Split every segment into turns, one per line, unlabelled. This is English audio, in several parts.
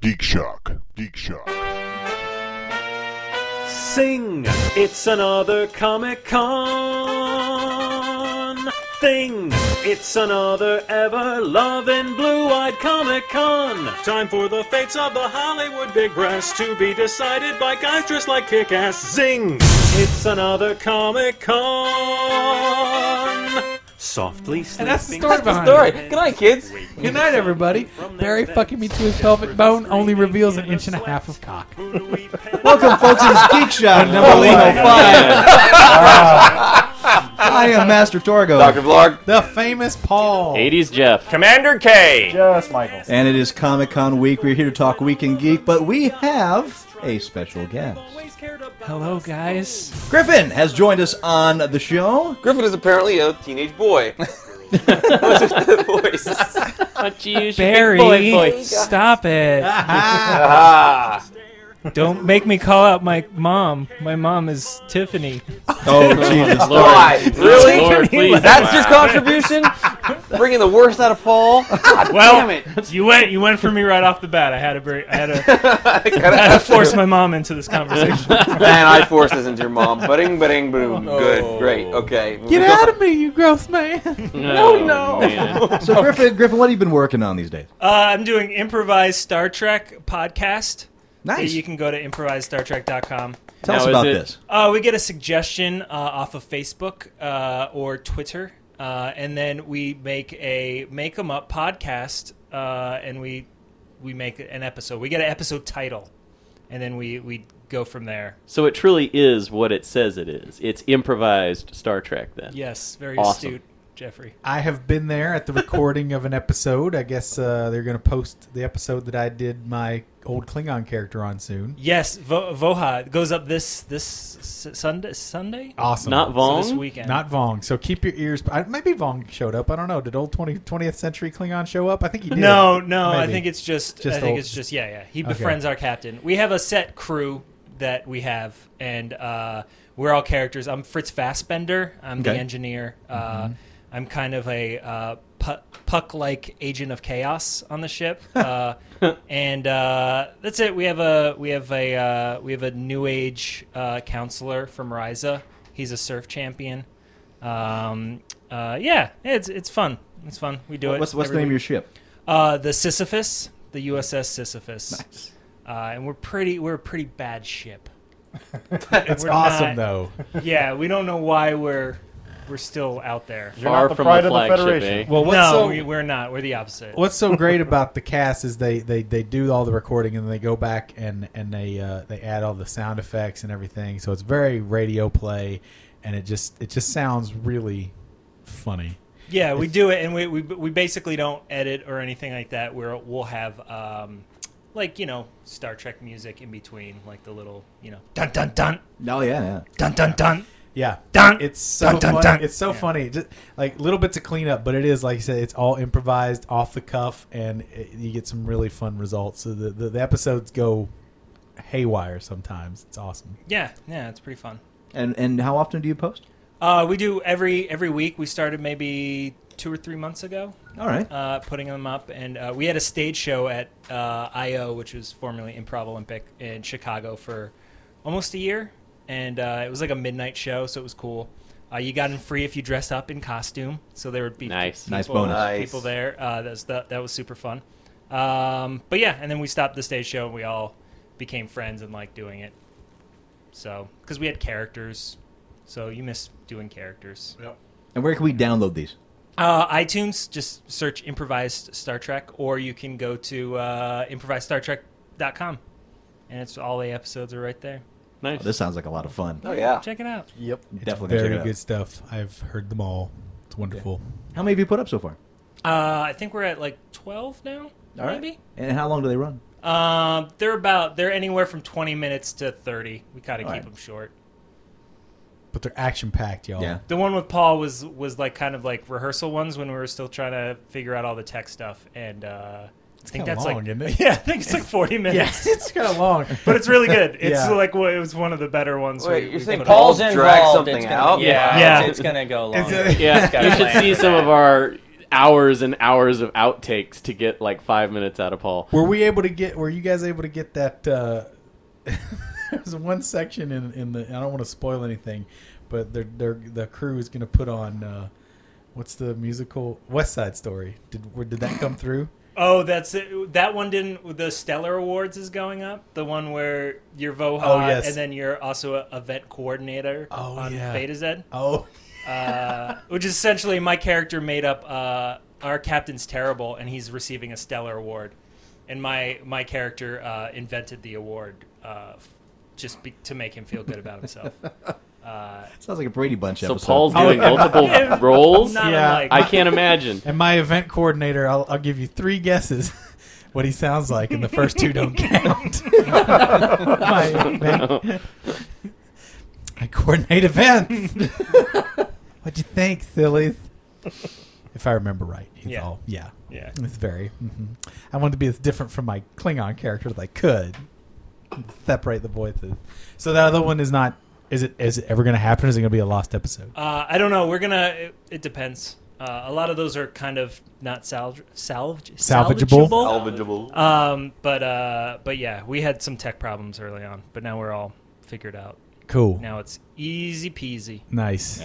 Geek Shock. Geek Shock.
Sing! It's another Comic Con thing! It's another ever loving blue eyed Comic Con! Time for the fates of the Hollywood big breast to be decided by guys dressed like kick ass. Zing! It's another Comic Con! Softly sleeping.
that's the story behind it.
Story. Good night, kids.
Good night, everybody. Barry fucking me to his pelvic bone only reveals an inch and a half of cock.
Welcome, folks, to this Geek Show Oh, number 105. I am Master Torgo,
Dr. Vlog.
The famous Paul.
80s Jeff.
Commander K.
Just Michael.
and it is Comic Con week. We're here to talk Weekend Geek, but we have a special guest.
Hello, guys.
Griffin has joined us on the show.
Griffin is apparently a teenage boy. What's his voice?
But you should be boy,
Barry,
boy.
stop it.
Ah.
Don't make me call out my mom. My mom is Tiffany.
Oh, Jesus.
Why?
Oh,
Really?
Lord, please.
That's your contribution? Bringing the worst out of Paul?
Well, you went you went for me right off the bat. I had to bur- I had to, I had to force my mom into this conversation.
Man, I forced this into your mom. Bing, bing, boom. Good, great, okay.
Get out of me, you gross man.
No, no. Man.
So, Griffin, Griffin, what have you been working on these days?
Uh, I'm doing improvised Star Trek podcast.
Nice.
You can go to improvisedstartrek.com.
Tell
Now,
us
is
about
it-
this.
Uh, we get a suggestion uh, off of Facebook uh, or Twitter, uh, and then we make a make 'em up podcast, uh, and we we make an episode. We get an episode title, and then we we go from there.
So it truly is what it says it is. It's improvised Star Trek, then.
Yes, very
Awesome.
astute, Jeffrey.
I have been there at the recording of an episode. I guess uh, they're going to post the episode that I did my old Klingon character on soon.
Yes, Vo- Voha goes up this this s- Sunday Sunday
Awesome.
Not
So this
Vong?
weekend.
Not Vong. So keep your ears. I, maybe Vong showed up. I don't know. Did old 20, 20th century Klingon show up? I think he did.
no, no. I
Maybe.
think it's just.
Just
I think
old-
it's just. Yeah, yeah. He
Okay.
befriends our captain. We have a set crew that we have, and uh, we're all characters. I'm Fritz Fassbender. I'm the
Okay. Mm-hmm.
engineer. Uh, I'm kind of a uh, pu- puck-like agent of chaos on the ship, uh, and uh, that's it. We have a we have a uh, we have a new age uh, counselor from Riza. He's a surf champion. Um, uh, yeah, it's it's fun. It's fun. We do it.
What's, what's the
every
name
week.
of your ship?
Uh, the Sisyphus, the USS Sisyphus. Uh, and we're pretty, we're a pretty bad ship.
It's
We're not-
awesome, though.
Yeah, we don't know why we're we're still out there.
Far from the flagship, eh?
Well, what's
no,
so,
we, we're not. We're the opposite.
what's so great about the cast is they, they, they do all the recording and they go back and and they uh, they add all the sound effects and everything. So it's very radio play, and it just it just sounds really funny.
Yeah, we do it, and we, we we basically don't edit or anything like that. We're we'll have um, like you know Star Trek music in between, like the little you know dun dun dun
Oh, yeah, yeah.
dun dun dun.
Yeah,
Dun!
it's so
Dun, dun,
funny.
dun.
It's so
Yeah.
funny. Just like little bits of cleanup, but it is like you said, it's all improvised, off the cuff, and it, you get some really fun results. So the, the the episodes go haywire sometimes. It's awesome.
Yeah, yeah, it's pretty fun.
And, and how often do you post?
Uh, we do every every week. We started maybe two or three months ago.
All right.
uh, putting them up, and uh, we had a stage show at uh, I.O., which was formerly Improv Olympic in Chicago for almost a year, and uh, it was like a midnight show, so it was cool. Uh, you got in free if you dressed up in costume, so there would be
Nice.
Nice
people-
bonus.
Nice.
people there. Uh, that was that, that was super fun. Um, but yeah, and then we stopped the stage show, and we all became friends and liked doing it. So because we had characters, so you miss doing characters.
And where can we download these?
Uh, iTunes, just search improvised Star Trek, or you can go to uh, improvisedstartrek.com. And it's all the episodes are right there.
Nice.
Oh, this sounds like a lot of fun.
Oh, yeah.
Check it out.
Yep.
It's
Definitely gonna
very
check it
good
out.
stuff. I've heard them all. It's wonderful.
How many have you put up so far?
Uh, I think we're at like 12 now,
All right.
maybe?
And how long do they run?
Um, they're about, they're anywhere from 20 minutes to 30. We kind of
All
keep
right.
them short.
But they're action packed, y'all.
Yeah.
The one with Paul was was like kind of like rehearsal ones when we were still trying to figure out all the tech stuff. And uh, I think
kinda
that's
long,
like,
isn't it?
yeah, I think it's like 40 minutes.
it's kind of long.
but it's really good. It's
Yeah.
like well, it was one of the better ones.
Wait,
we-
you're
we
saying
put
Paul-
up.
Drag something out?
yeah,
Yeah.
it's gonna go long.
It's a-
yeah,
gotta
you should
plan
see
that.
some of our hours and hours of outtakes to get like five minutes out of Paul.
Were we able to get? Were you guys able to get that? Uh, there's one section in in the. I don't want to spoil anything, but they're, they're, the crew is going to put on. Uh, what's the musical West Side Story? Did were- did that come through?
Oh, that's it. That one didn't. The Stellar Awards is going up. The one where you're VOHA
Oh, yes.
and then you're also a event coordinator
Oh,
on
yeah.
Beta Z,
Oh,
uh, which is essentially my character made up. Uh, our captain's terrible, and he's receiving a Stellar Award, and my my character uh, invented the award uh, f- just be, to make him feel good about himself. Uh,
Sounds like a Brady Bunch
So
episode.
Paul's doing
yeah.
multiple
Yeah.
roles.
not
Yeah,
unlike
I can't imagine.
and my event coordinator. I'll, I'll give you three guesses. What he sounds like, and the first two don't count. my, event- I coordinate events. What'd you think, sillies? If I remember right, he's
Yeah.
all yeah.
Yeah.
It's very. mhm. I wanted to be as different from my Klingon character as I could. Separate the voices. So the other one is not. Is it? Is it ever going to happen? Is it going to be a lost episode?
Uh, I don't know. We're gonna. It, it depends. Uh, a lot of those are kind of not salvage, salvage,
Salvageable?
Salvageable.
Um, but uh, but yeah, we had some tech problems early on, but now we're all figured out.
Cool.
Now it's easy peasy.
Nice.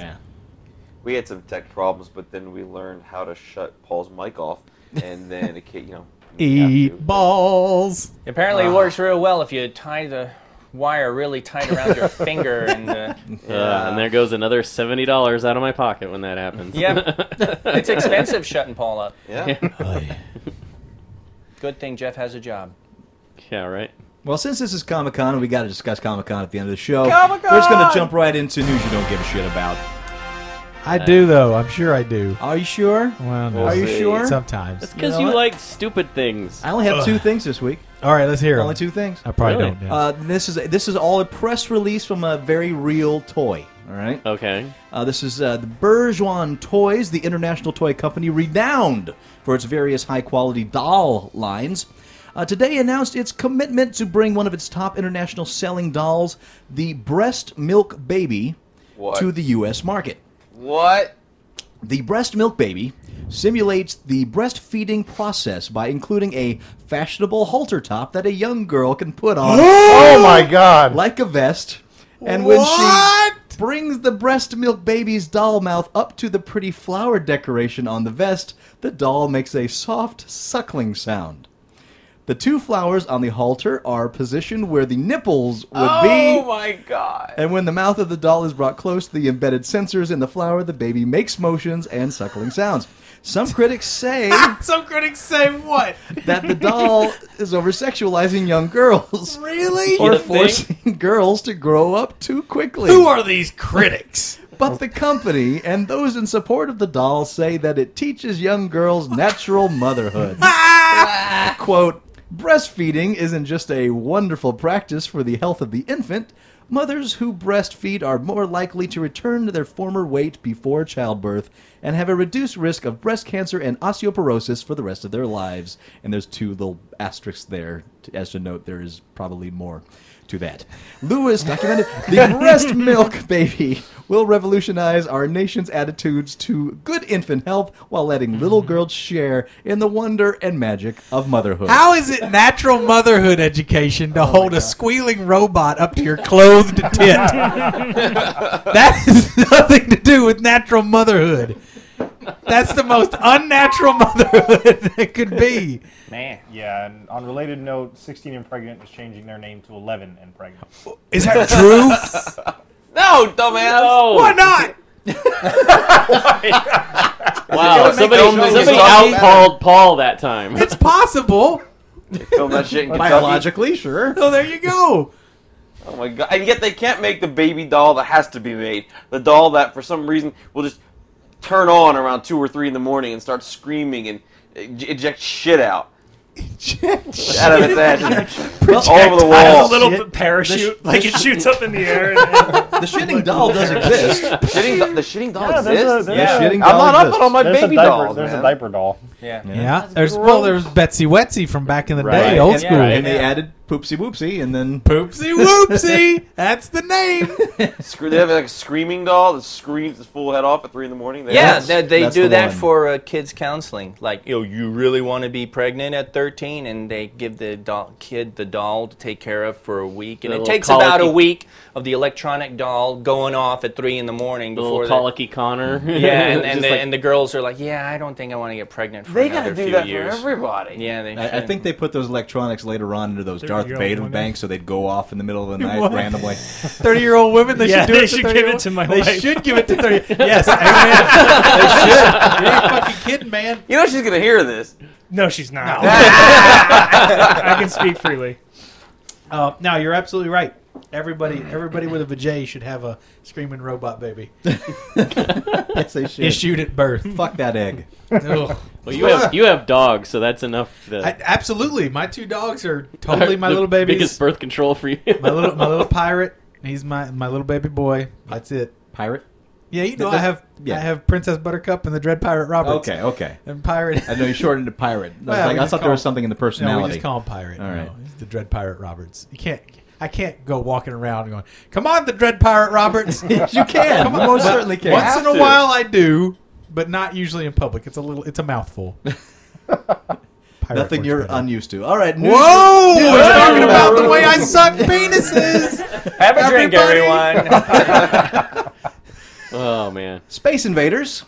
we had some tech problems, but then we learned how to shut Paul's mic off, and then it, ca- you know. we have to,
Eat
but-
balls.
Apparently, it works real well if you tie the wire really tight around your finger and. Uh,
Uh, and there goes another seventy dollars out of my pocket when that happens.
Yeah. it's expensive shutting Paul up.
Yeah.
Good thing Jeff has a job.
yeah, right.
Well, since this is Comic Con and we got to discuss Comic Con at the end of the show,
Comic-Con!
we're just going to jump right into news you don't give a shit about.
I do though. I'm sure I do.
Are you sure?
Well, no.
Are you sure?
Sometimes.
Because
know
you,
what?
like stupid things.
I only have two things this week.
All right. Let's hear
Only
'em.
two things.
I probably
Really?
don't. know.
Uh, this is this is all a press release from a very real toy. All right.
Okay.
Uh, this is uh, the Bergeron Toys, the international toy company renowned for its various high quality doll lines. Uh, today announced its commitment to bring one of its top international selling dolls, the Breast Milk Baby,
What?
to the U.S. market.
What?
The breast milk baby simulates the breastfeeding process by including a fashionable halter top that a young girl can put on
Oh my god.
like a vest. And when she brings the breast milk baby's doll mouth up to the pretty flower decoration on the vest, the doll makes a soft suckling sound. The two flowers on the halter are positioned where the nipples would be.
Oh my god.
And when the mouth of the doll is brought close to the embedded sensors in the flower, the baby makes motions and suckling sounds. Some critics say
Some critics say what?
that the doll is over sexualizing young girls. Really? Or
You think?
forcing girls to grow up too quickly.
Who are these critics?
but the company and those in support of the doll say that it teaches young girls natural motherhood. Quote Breastfeeding isn't just a wonderful practice for the health of the infant. Mothers who breastfeed are more likely to return to their former weight before childbirth and have a reduced risk of breast cancer and osteoporosis for the rest of their lives. And there's two little asterisks there to, as to note there is probably more to that. Lewis documented the breast milk baby will revolutionize our nation's attitudes to good infant health while letting little girls share in the wonder and magic of motherhood.
How is it natural motherhood education
Oh
to hold a squealing robot up to your clothed tit? that has nothing to do with natural motherhood. That's the most unnatural motherhood that could be.
Man.
Yeah, and on related note, 16 and Pregnant is changing their name to 11 and Pregnant.
Is that true?
No, dumbass.
Oh
Why not?
wow! Somebody, somebody out Paul Paul that time.
It's possible.
Film that shit in Kentucky.
Biologically, sure.
So there you go.
Oh my god. And yet they can't make the baby doll that has to be made. The doll that for some reason will just turn on around 2 or 3 in the morning and start screaming and ej- eject shit out. out of its edge, all over the
I have a
wall.
little
Shit.
parachute, like it shoots up in the air. And,
The shitting doll does exist.
Shitting do- the shitting doll
Yeah, there's a- there's
exists.
The
Yeah.
shitting
I'm
doll
not up
exists.
on all my
There's
baby
a diaper.
dolls.
there's
man.
a diaper doll.
Yeah.
Yeah, there's well, there's Betsy Wetsy from back in the day, old
and,
school.
right.
And they added poopsie whoopsie, and then
Poopsie whoopsie, that's the name.
Screw, they have like a screaming doll that screams its full head off at three in the morning. They
Yeah,
That's-
they, they
that's
do
the
that
one.
for uh, kids counseling. Like, yo, you really want to be pregnant at 13, and they give the doll, kid the doll to take care of for a week, and
The
it
little
takes about a
colicky-
week of the electronic doll going off at three in the morning
little
before. the-
colicky Connor.
yeah, and, and,
Just
the,
like-
and the girls are like, yeah, I don't think I want to get pregnant for
they
another
gotta do
few
that
years.
for everybody.
Yeah, they
I, I
should.
think they put those electronics later on into those Darth
Thirty-year-old
Vader
women.
banks, so they'd go off in the middle of the night
What?
randomly.
Thirty year old women, they
Yeah,
should do
they
it. to
should give
30-year-old
it to my
They
wife.
should give it to thirty. Yes, amen. they should. You ain't fucking kidding, man.
You know she's gonna hear this.
no, she's not. I can speak freely.
Uh, no, you're absolutely right. Everybody, everybody with a vajay should have a screaming robot baby
yes, they should.
issued at birth.
Fuck that egg.
Ugh.
well, you have you have dogs, so that's enough. To,
I, absolutely, my two dogs are totally my
the
little babies.
Biggest birth control for you.
my little my little pirate. He's my my little baby boy. That's it.
Pirate.
Yeah, you know
Th-
I have
yeah.
I have Princess Buttercup and the Dread Pirate Roberts.
Okay, okay.
And pirate.
I know you shortened to pirate. I, was
Well,
like,
we
I
just
thought
call-
there was something in the personality.
No, we just call him Pirate.
All
All right,
right.
he's the Dread Pirate Roberts. You can't. I can't go walking around going, "Come on, the Dread Pirate Roberts."
you can. You most certainly can.
Once in a
to.
while, I do, but not usually in public. It's a little. It's a mouthful. Pirate
Nothing
works
you're
better.
unused to. All right. news-
Whoa! We're
Whoa!
talking about the way I suck penises.
Have a drink,
Everybody-
everyone.
oh man,
Space Invaders,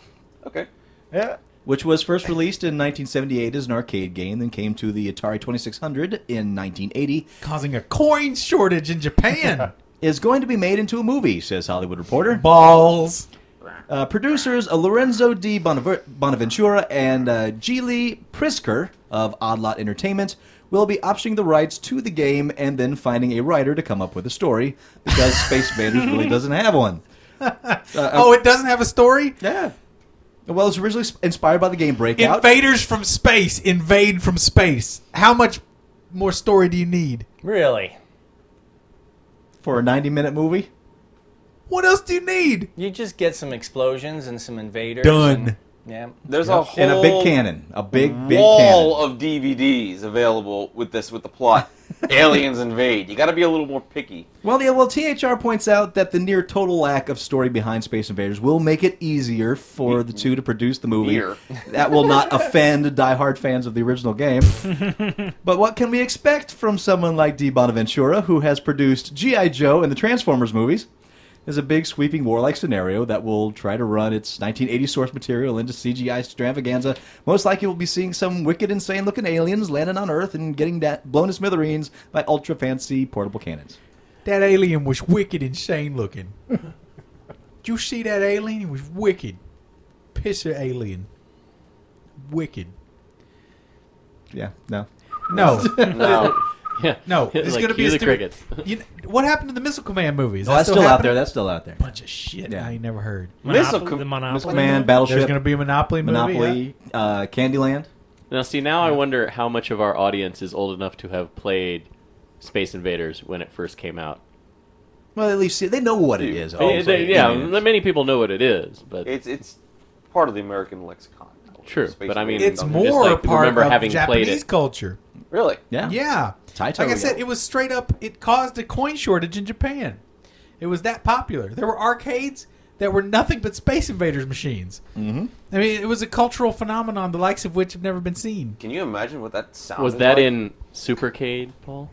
Okay.
Yeah.
which was first released in 1978 as an arcade game, then came to the Atari 2600 in 1980,
Causing a coin shortage in Japan.
is going to be made into a movie, says Hollywood Reporter.
Balls.
Uh, producers uh, Lorenzo D. Bonaver- Bonaventura and uh, Geely Prisker of Odd Lot Entertainment will be optioning the rights to the game and then finding a writer to come up with a story because Space Invaders really doesn't have one. Uh,
oh, it doesn't have a story.
Yeah. Well, it's originally s- inspired by the game Breakout.
Invaders from space invade from space. How much more story do you need?
really?
for a 90 minute movie.
What else do you need?
You just get some explosions and some invaders.
Done.
and- yeah.
There's a whole
And a big cannon. A big, big
wall
cannon.
of DVDs available with this with the plot. Aliens invade. You got to be a little more picky.
Well, yeah, well, THR points out that the near total lack of story behind Space Invaders will make it easier for the two to produce the movie.
Near.
That will not offend diehard fans of the original game. but what can we expect from someone like D. Bonaventura, who has produced G.I. Joe and the Transformers movies? Is a big sweeping warlike scenario that will try to run its 1980 source material into CGI extravaganza. Most likely, we'll be seeing some wicked, insane looking aliens landing on Earth and getting da- blown to smithereens by ultra fancy portable cannons.
That alien was wicked and Shane looking. Did you see that alien? It was wicked. Pisser alien. Wicked.
Yeah, no.
No,
No,
yeah,
no.
Like,
It's gonna be
cue
a
the
stupid-
crickets.
You kn- what happened to the Missile Command movies?
No, that's still out
happening?
there. That's still out there.
Bunch of shit.
Yeah.
I ain't never heard.
Missile
Monopoly,
com-
the Monopoly.
Man,
There's
Battleship,
going to be a Monopoly movie. yeah?
Monopoly, uh, Candyland.
Now, see, now I wonder how much of our audience is old enough to have played Space Invaders when it first came out.
Well, at least they know what it is. Oh,
They-
also.
they- yeah,
I mean,
many people know what it is, but
it's it's part of the American lexicon.
True,
Space
but I mean-
invaders
It's
I'm
don't
just,
more a
like,
part
remember
of
having played
Japanese
it.
culture.
really.
yeah.
Yeah. like
Taito,
I
yeah.
said, it was straight up. It caused a coin shortage in Japan. It was that popular. There were arcades that were nothing but Space Invaders machines. Mm-hmm. I mean, it was a cultural phenomenon the likes of which have never been seen.
Can you imagine what that sounded
was that
like?
in Supercade, Paul?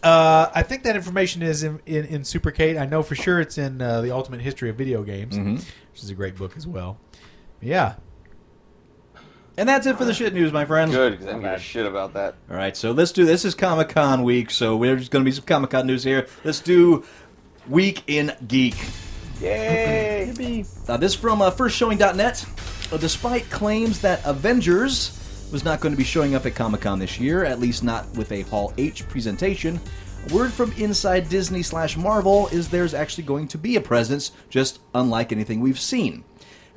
Uh, I think that information is in, in, in Supercade. I know for sure it's in uh, the Ultimate History of Video Games,
Mm-hmm.
which is a great book as well. Yeah.
And that's it for the shit news, my friends.
Good, because I didn't give a shit about that.
All right, so let's do this is Comic Con week, so there's going to be some Comic Con news here. Let's do Week in Geek.
Yay!
Now, this from uh, firstshowing.net. Uh, despite claims that Avengers was not going to be showing up at Comic Con this year, at least not with a Hall H presentation, word from inside Disney slash Marvel is there's actually going to be a presence, just unlike anything we've seen.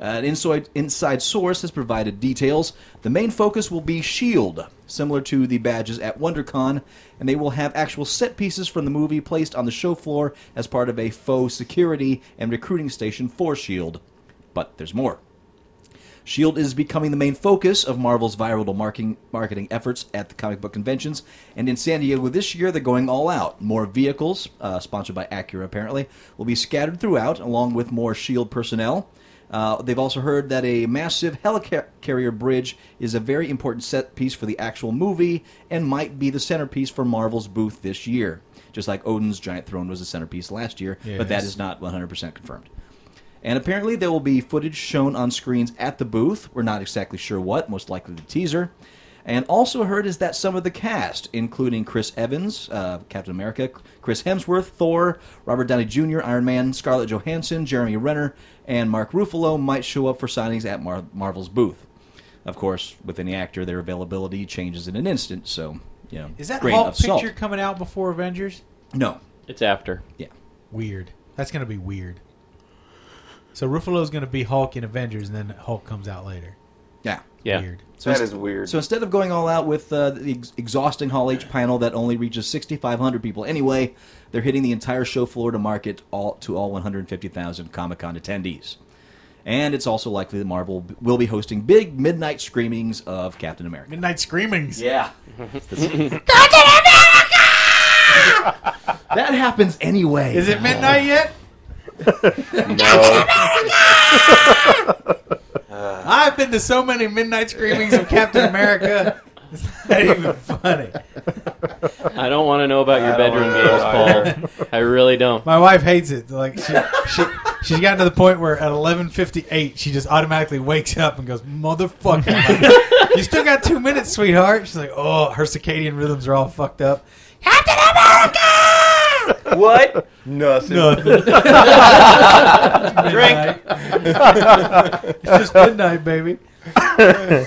Uh, an inside, inside source has provided details. The main focus will be S.H.I.E.L.D., similar to the badges at WonderCon, and they will have actual set pieces from the movie placed on the show floor as part of a faux security and recruiting station for S.H.I.E.L.D. E But there's more. S.H.I.E.L.D. is becoming the main focus of Marvel's viral marketing, marketing efforts at the comic book conventions. And in San Diego this year, they're going all out. More vehicles, uh, sponsored by Acura apparently, will be scattered throughout, along with more S.H.I.E.L.D. personnel. Uh, they've also heard that a massive helicarrier bridge is a very important set piece for the actual movie and might be the centerpiece for Marvel's booth this year. Just like Odin's giant throne was the centerpiece last year, but that
Yes.
is not 100% confirmed. And apparently, there will be footage shown on screens at the booth. We're not exactly sure what, most likely the teaser. And also heard is that some of the cast, including Chris Evans, uh, Captain America, Chris Hemsworth, Thor, Robert Downey Jr., Iron Man, Scarlett Johansson, Jeremy Renner, and Mark Ruffalo, might show up for signings at Mar- Marvel's booth. Of course, with any actor, their availability changes in an instant. So, you know,
Is that
grain
Hulk
of
picture
salt.
coming out before Avengers?
No,
It's after.
yeah,
Weird. That's gonna be weird. So Ruffalo's gonna be Hulk in Avengers, and then Hulk comes out later.
yeah.
Yeah.
Weird.
So
That
it's-
is weird.
So instead of going all out with uh, the ex- exhausting Hall H panel that only reaches 6,500 people anyway, they're hitting the entire show floor to market all to all 150,000 Comic Con attendees. And it's also likely that Marvel b- will be hosting big midnight screenings of Captain America.
Midnight Screamings.
Yeah. that happens anyway.
Is it midnight yet?
no.
I've been to so many midnight screamings of Captain America. It's not even funny.
I don't want to know about your
I don't
bedroom
wanna know
games, Paul. I really don't.
My wife hates it. Like she, she, she's gotten to the point where at eleven fifty eight, she just automatically wakes up and goes, "Motherfucker, I'm like, you still got two minutes, sweetheart." She's like, "Oh, her circadian rhythms are all fucked up." Captain America.
What? Nothing.
Nothing.
Drink.
it's just midnight, baby.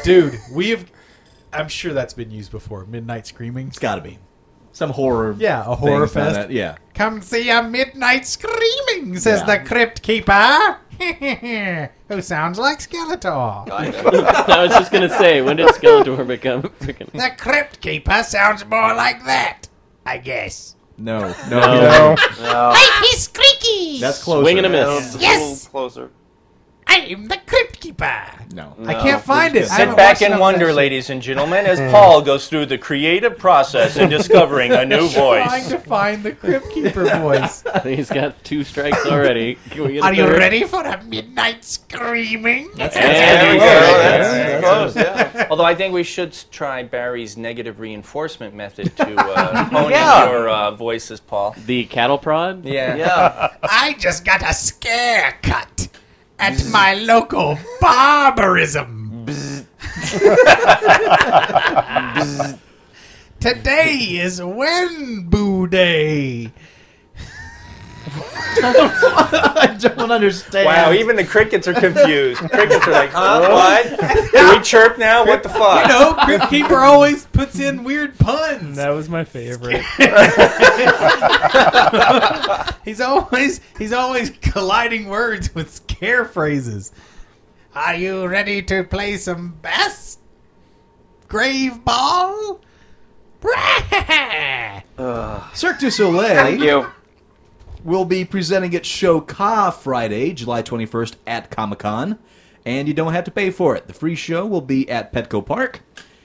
Dude, we have. I'm sure that's been used before. Midnight screaming.
It's got to be. Some horror.
Yeah, a
thing
horror
is not
fest.
that- Yeah.
Come see a midnight screaming, says
Yeah.
the crypt keeper. Who sounds like Skeletor.
I was just gonna say, when did Skeletor become freaking?
The crypt keeper sounds more like that, I guess.
No. No.
No.
Uh.
Like his creaky.
That's close.
Swing and a miss.
It's a
Yes.
little Closer.
I'm the crypt keeper.
No.
I can't find it. I
Sit
haven't
back
watched enough
and
of
wonder,
that
ladies and gentlemen, as
Hmm.
Paul goes through the creative process in discovering a new
shit. Trying
voice.
to find the crypt keeper voice.
He's got two strikes already. Can we get a
Are you
third?
ready for a midnight screaming?
There
Close.
we go.
That's-
That's close, yeah.
Although I think we should s- try Barry's negative reinforcement method to uh, hone
Yeah.
in your uh, voices, Paul.
The cattle prod.
Yeah.
Yeah.
I just got a scare cut at my local barbarism.
Today is Wenbu Day.
I don't understand.
Wow, even the crickets are confused. crickets are like, huh? What? Do we chirp now? What the fuck?
No, crypt keeper always puts in weird puns.
That was my favorite.
He's always he's always colliding words with scare phrases. Are you ready to play some bass grave ball?
Cirque du Soleil.
Thank you.
will be presenting at Shoka Friday, July 21st at Comic Con, and you don't have to pay for it. The free show will be at Petco Park.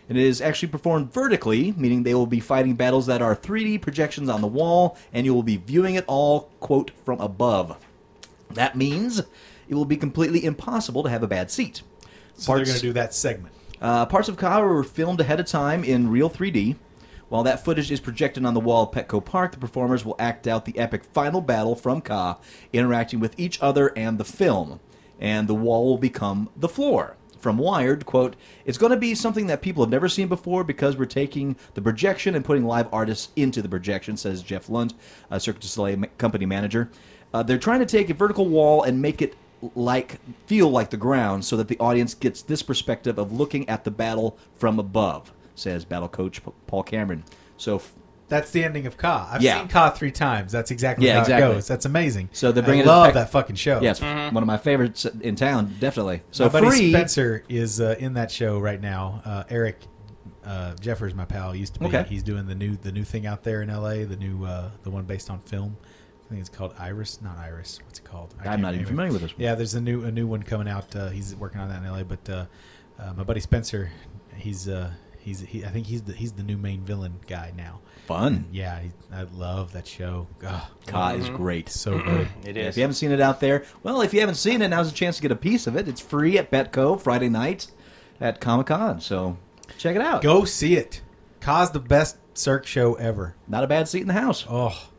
and It is actually performed vertically, meaning they will be fighting battles that are 3D projections on the wall, and you will be viewing it all, quote, from above. That means it will be completely impossible to have a bad seat.
So they're
Parts-
going to do that segment.
uh, parts of Kyle were filmed ahead of time in real 3D. While that footage is projected on the wall at Petco Park, the performers will act out the epic final battle from Ka, interacting with each other and the film. And the wall will become the floor. From Wired, quote, It's going to be something that people have never seen before because we're taking the projection and putting live artists into the projection, says Jeff Lund, a Cirque du Soleil ma- company manager. Uh, they're trying to take a vertical wall and make it like feel like the ground so that the audience gets this perspective of looking at the battle from above says battle coach P- paul cameron so f-
That's the ending of Ka. I've
Yeah.
seen Ka three times. That's exactly
Yeah,
how
exactly.
it goes. That's amazing.
So they're
I
bringing it
love
back-
that fucking show.
yes one of my favorites in town definitely so
Oh. My buddy
free
Spencer is uh, in that show right now. Uh, Eric uh, Jeffers, my pal, used to be.
Okay.
He's doing the new the new thing out there in L.A. The new uh, the one based on film. I think it's called Iris, not Iris. What's it called? I
I'm
can't
not even
remember.
familiar with this one.
Yeah, there's a new a new one coming out. Uh, he's working on that in L.A. But uh, uh, my buddy Spencer, he's uh, he's he, I think he's the he's the new main villain guy now.
Fun.
Yeah, he, I love that show. God,
Ka
Mm-hmm.
is great.
So good.
It
If
is.
you haven't seen it out there, well, if you haven't seen it, now's a chance to get a piece of it. It's free at Petco Friday night at Comic Con, so check it out.
Go see it. Ka's the best Cirque show ever.
Not a bad seat in the house.
Oh,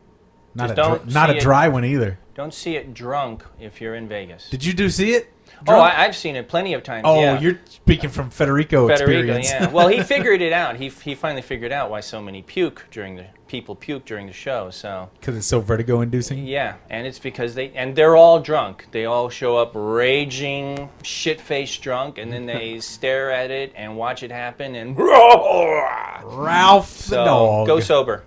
not
Just
a dr-
don't
not
see
a
it.
dry one either.
Don't see it drunk if you're in Vegas.
Did you do see it?
oh, I, I've seen it plenty of times.
Oh,
yeah.
you're speaking from Federico,
Federico,
experience.
yeah. Well, he figured it out. He, he finally figured out why so many puke during the people puke during the show. So
because it's so vertigo inducing.
yeah, and it's because they and they're all drunk. They all show up raging, shit faced drunk, and then they stare at it and watch it happen and
Ralph the
so
dog.
go sober.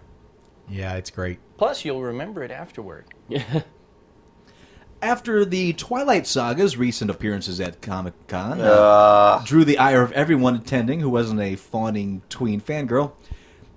Yeah, it's great.
Plus, you'll remember it afterward.
After the Twilight Saga's recent appearances at Comic Con
Uh,
drew the ire of everyone attending who wasn't a fawning tween fangirl,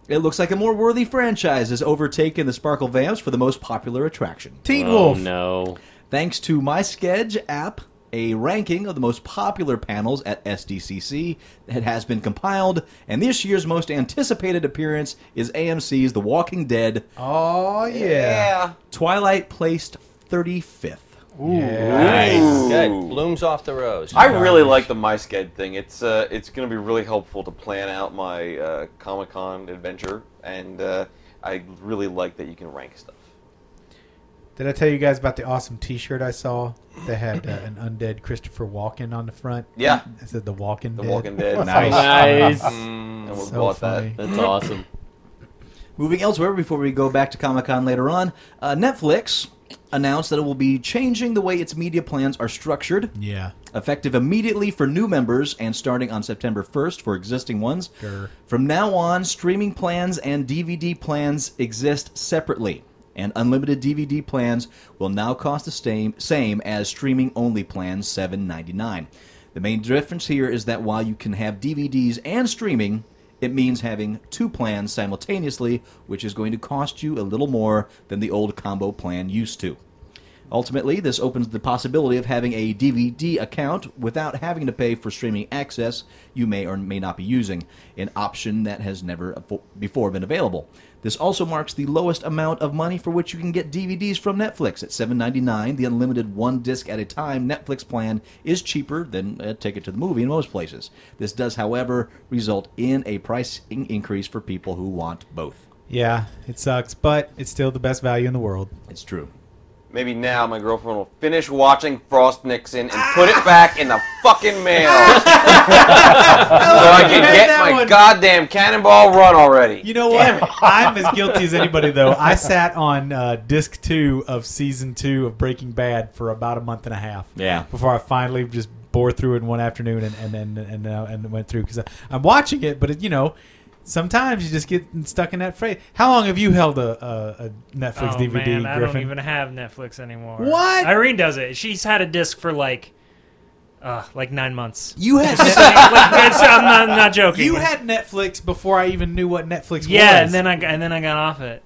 it looks like a more worthy franchise has overtaken the Sparkle Vamps for the most popular attraction.
Teen
Oh
Wolf.
no!
Thanks to My Sketch app, a ranking of the most popular panels at SDCC that has been compiled, and this year's most anticipated appearance is AMC's The Walking Dead.
Oh yeah.
yeah.
Twilight placed 35th.
Nice, good. Blooms off the rose.
I really like the MySCAD thing. It's uh, it's going to be really helpful to plan out my uh, Comic Con adventure, and uh, I really like that you can rank stuff.
Did I tell you guys about the awesome T-shirt I saw that had uh, an undead Christopher Walken on the front?
Yeah,
I said the Walken.
The
Dead.
Walking Dead.
Nice.
And we
So
bought
funny.
that.
That's awesome.
Moving elsewhere before we go back to Comic Con later on, uh, Netflix announced that it will be changing the way its media plans are structured.
Yeah.
effective immediately for new members and starting on September 1st for existing ones.
Grr.
From now on, streaming plans and DVD plans exist separately, and unlimited DVD plans will now cost the same, same as streaming only plans $7.99. The main difference here is that while you can have DVDs and streaming, it means having two plans simultaneously, which is going to cost you a little more than the old combo plan used to. Ultimately, this opens the possibility of having a DVD account without having to pay for streaming access you may or may not be using, an option that has never afo- before been available. This also marks the lowest amount of money for which you can get DVDs from Netflix at $7.99. The unlimited one disc at a time Netflix plan is cheaper than a ticket to the movie in most places. This does, however, result in a price in- increase for people who want both.
Yeah, it sucks, but it's still the best value in the world.
It's true.
Maybe now my girlfriend will finish watching Frost Nixon and put it back in the fucking mail, so I can
man,
get
that
my
one.
goddamn Cannonball Run already.
You know what? I'm as guilty as anybody, though. I sat on uh, disc two of season two of Breaking Bad for about a month and a half.
Yeah.
Before I finally just bore through it in one afternoon and and and, and, uh, and went through because I'm watching it, but it, you know, sometimes you just get stuck in that phrase. How long have you held a, a, a Netflix
oh,
DVD,
man,
Griffin?
I don't even have Netflix anymore.
What?
Irene does it. She's had a disc for like, uh, like nine months.
you
Like,
had
that's- I'm, not, I'm not joking.
you had Netflix before I even knew what Netflix was.
yeah, and then I and then I got off it.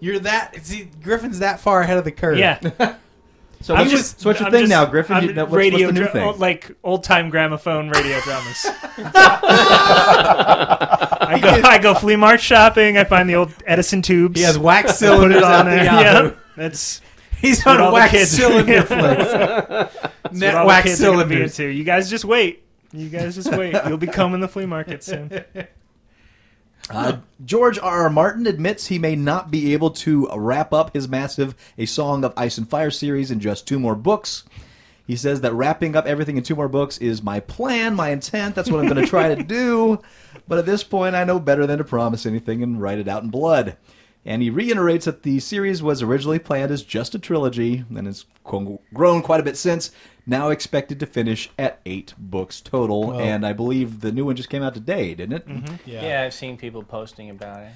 you're that see Griffin's that far ahead of the curve.
Yeah,
So what's, your- so what's your
I'm
thing
just-
now, Griffin?
I'm
You- what's, what's
radio
the new
dra-
thing?
old- like old time gramophone radio dramas. I go, I go flea market shopping. I find the old Edison tubes.
He has wax
put
cylinders
it on
on there.
there. Yeah, that's
He's
what
on a
all the
wax
kids-
cylinder
Yeah.
flex.
what
Net
all the
wax
kids are gonna be
cylinders.
into. You guys just wait. You guys just wait. You'll be coming the flea market soon.
Uh, George R. R. Martin admits he may not be able to wrap up his massive A Song of Ice and Fire series in just two more books. He says that wrapping up everything in two more books is my plan, my intent. That's what I'm going to try to do. But at this point, I know better than to promise anything and write it out in blood. And he reiterates that the series was originally planned as just a trilogy and has qu- grown quite a bit since, now expected to finish at eight books total. and I believe the new one just came out today, didn't it?
yeah, I've seen people posting about it.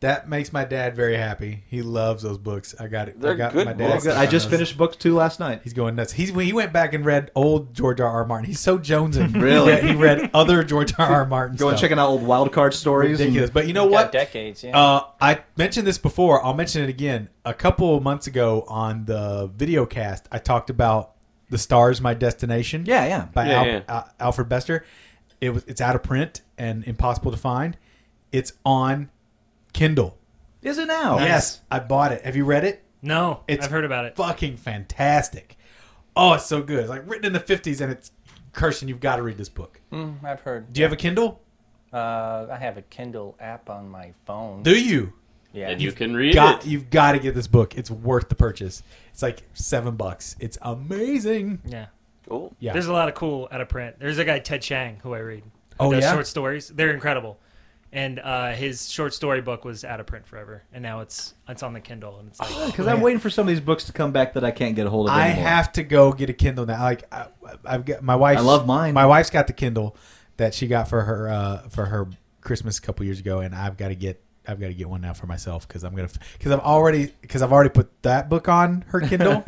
That makes my dad very happy. He loves those books. I got it. I
They're
got
good
my dad
books. I just finished book two last night.
He's going nuts. He's he went back and read old George R. R. Martin. He's so jonesing.
Really?
Yeah, he read other George R. R. Martin.
Going
stuff.
checking out old wild card stories. and-
Ridiculous. But you know
Got
what?
decades, yeah.
Uh, I mentioned this before. I'll mention it again. A couple of months ago on the video cast, I talked about "The Stars My Destination."
Yeah, yeah.
By
Yeah,
Al-
yeah.
Al- Alfred Bester. It was. It's out of print and impossible to find. It's on Kindle.
Is it now?
Yes, I bought it. Have you read it?
No,
it's
I've heard about it.
Fucking fantastic. Oh, it's so good. It's like written in the fifties, and it's Kirsten. You've got to read this book.
Mm, I've heard.
Do you have a Kindle?
Uh, I have a Kindle app on my phone.
Do you?
Yeah.
And you
You've
can read
got-
it.
You've got to get this book. It's worth the purchase. It's like seven bucks. It's amazing.
Yeah.
Cool.
Yeah.
There's a lot of cool out of print. There's a guy Ted Chang who I read. who
Oh,
does
yeah?
short stories. They're incredible. And uh, his short story book was out of print forever, and now it's it's on the Kindle, and it's like
Because I'm waiting for some of these books to come back that I can't get a hold of.
I
anymore.
have to go get a Kindle now. Like I, I've got my wife.
I love mine.
My wife's got the Kindle that she got for her uh, for her Christmas a couple years ago, and I've got to get I've got to get one now for myself because I'm gonna because I've already because I've already put that book on her Kindle,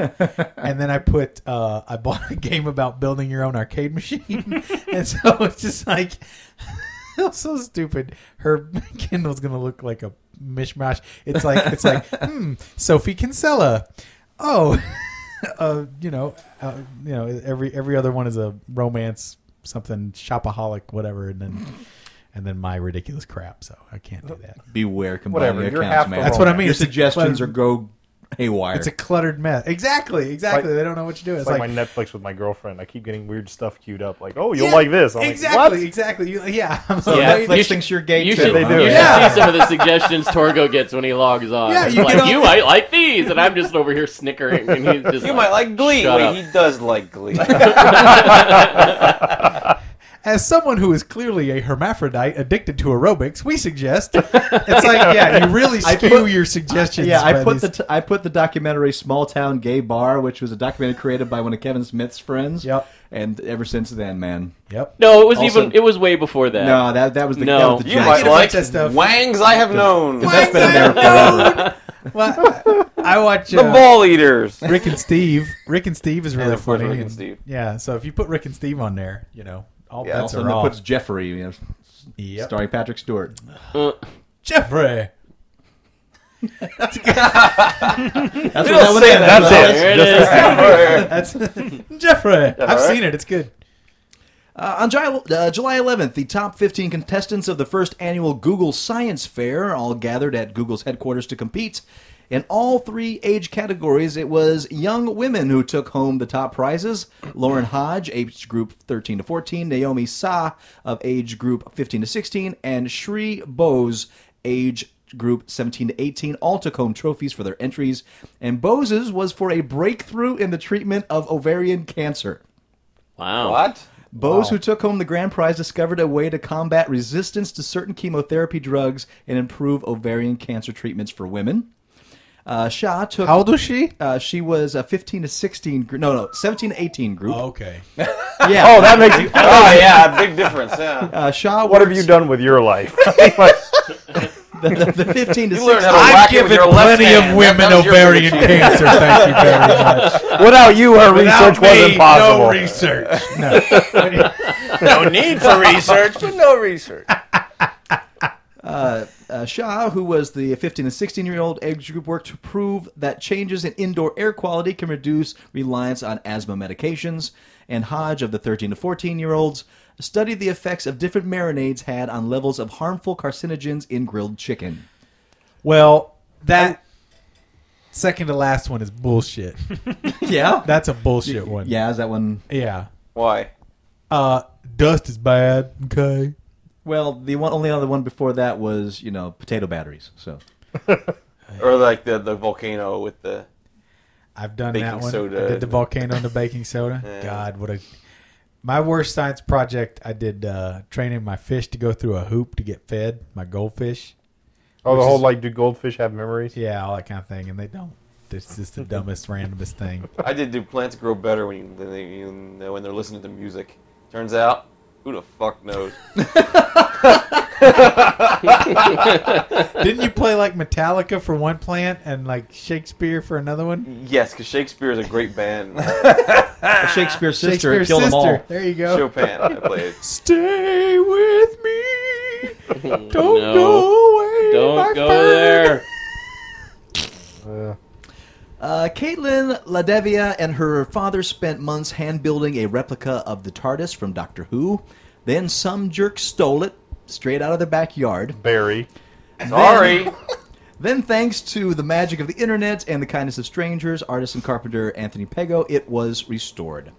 and then I put uh, I bought a game about building your own arcade machine, and so it's just like. That's so stupid. Her Kindle's gonna look like a mishmash. It's like it's like hmm, Sophie Kinsella. Oh, uh, you know, uh, you know, every every other one is a romance something shopaholic whatever, and then and then my ridiculous crap. So I can't do that.
Beware combining
Whatever,
accounts,
you're half
man.
the
That's what I mean.
Your
It's a
suggestions
cluttered-
are go haywire.
It's a cluttered mess. Exactly, exactly.
Like-
they don't know what you're doing.
It's
It's
like,
like,
my Netflix with my girlfriend. I keep getting weird stuff queued up. Like, oh, you'll
Yeah,
like this. I'm
exactly,
Like,
exactly. You- yeah, I'm
So
like,
Netflix
you should-
thinks you're gay
you
too.
should,
They do,
you should
yeah.
see some of the suggestions Torgo gets when he logs on.
Yeah,
It's
you
like,
get on-
you might like these, and I'm just over here snickering. And he's just
You might like Glee.
Shut
Wait,
up.
he does like Glee.
as someone who is clearly a hermaphrodite addicted to aerobics, we suggest. it's like, yeah, you really
I
skew
put-
your suggestions.
yeah, I
by
put
these-
the t- I put the documentary "Small Town Gay Bar," which was a documentary created by one of Kevin Smith's friends.
Yep.
And ever since then, man,
Yep.
No, it was
Also-
even. It was way before that.
no, that that was the that
No.
was the
you
jack-
might
should've
like
liked that stuff.
Wangs I have known.
That's been there forever.
Well, I watch
The
uh,
Ball Eaters.
Rick and Steve. Rick and Steve is really
of course,
funny.
Rick and Steve.
Yeah, so if you put Rick and Steve on there, you know, all
Yeah,
bets
Also,
are
that
off.
puts Jeffrey, you know,
Yep.
starring Patrick Stewart.
Uh,
Jeffrey.
That's what that one is.
That's
That's
it.
there it is.
That's Jeffrey. I've
right?
seen it. It's good.
Uh, on July, uh, July 11th, the top 15 contestants of the first annual Google Science Fair all gathered at Google's headquarters to compete. In all three age categories, it was young women who took home the top prizes. Lauren Hodge, age group 13 to 14, Naomi Sa of age group 15 to 16, and Shri Bose, age group 17 to 18 all took home trophies for their entries and Bose's was for a breakthrough in the treatment of ovarian cancer.
wow.
What?
Bose, who took home the grand prize, discovered a way to combat resistance to certain chemotherapy drugs and improve ovarian cancer treatments for women. Uh, Shah took.
How old was she?
Uh, she was a 15 to 16, gr- no, no, 17 to 18 group.
Okay.
Yeah.
Oh, that makes you.
Oh yeah, big difference. Yeah.
Uh, Shah,
What have
works-
you done with your life?
The, the 15 to
You learn
16.
how to whack it with your left
Plenty of
hand.
women
That- that was your
ovarian
biggest-
cancer. Thank you very much.
Without you, her research wasn't possible.
no research. No.
no need for research, but no research.
Uh, Shah, who was the 15 and 16 year old age group, worked to prove that changes in indoor air quality can reduce reliance on asthma medications. And Hodge, of the 13 to 14 year olds, studied the effects of different marinades had on levels of harmful carcinogens in grilled chicken.
well, that second to last one is bullshit.
Yeah?
That's a bullshit one.
yeah, is that one?
Yeah.
Why?
Uh, dust is bad. Okay.
Well, the one, only other one before that was, you know, potato batteries. So.
Or like the the volcano with the
I've done
Baking
that one.
soda.
I did the volcano and the baking soda. God, what a my worst science project. I did uh, training my fish to go through a hoop to get fed. My goldfish.
Oh, the
Which
whole
is-
like, do goldfish have memories?
Yeah, all that kind of thing, and they don't. It's just the dumbest, randomest thing.
I did do plants grow better when you, when they, you know, when they're listening to music. Turns out Who the fuck knows?
Didn't you play like Metallica for one plant and like Shakespeare for another one?
yes, because Shakespeare is a great band.
Shakespeare's sister
Shakespeare's
killed them all.
sister. There you go.
Chopin, I played.
Stay with me. Don't
No.
go away. my
Don't go
friend.
there.
Uh, Caitlin Ladevia and her father spent months hand building a replica of the TARDIS from Doctor Who. Then some jerk stole it straight out of their backyard.
Barry.
Sorry.
Then, thanks to the magic of the internet and the kindness of strangers, artist and carpenter Anthony Pego, it was restored.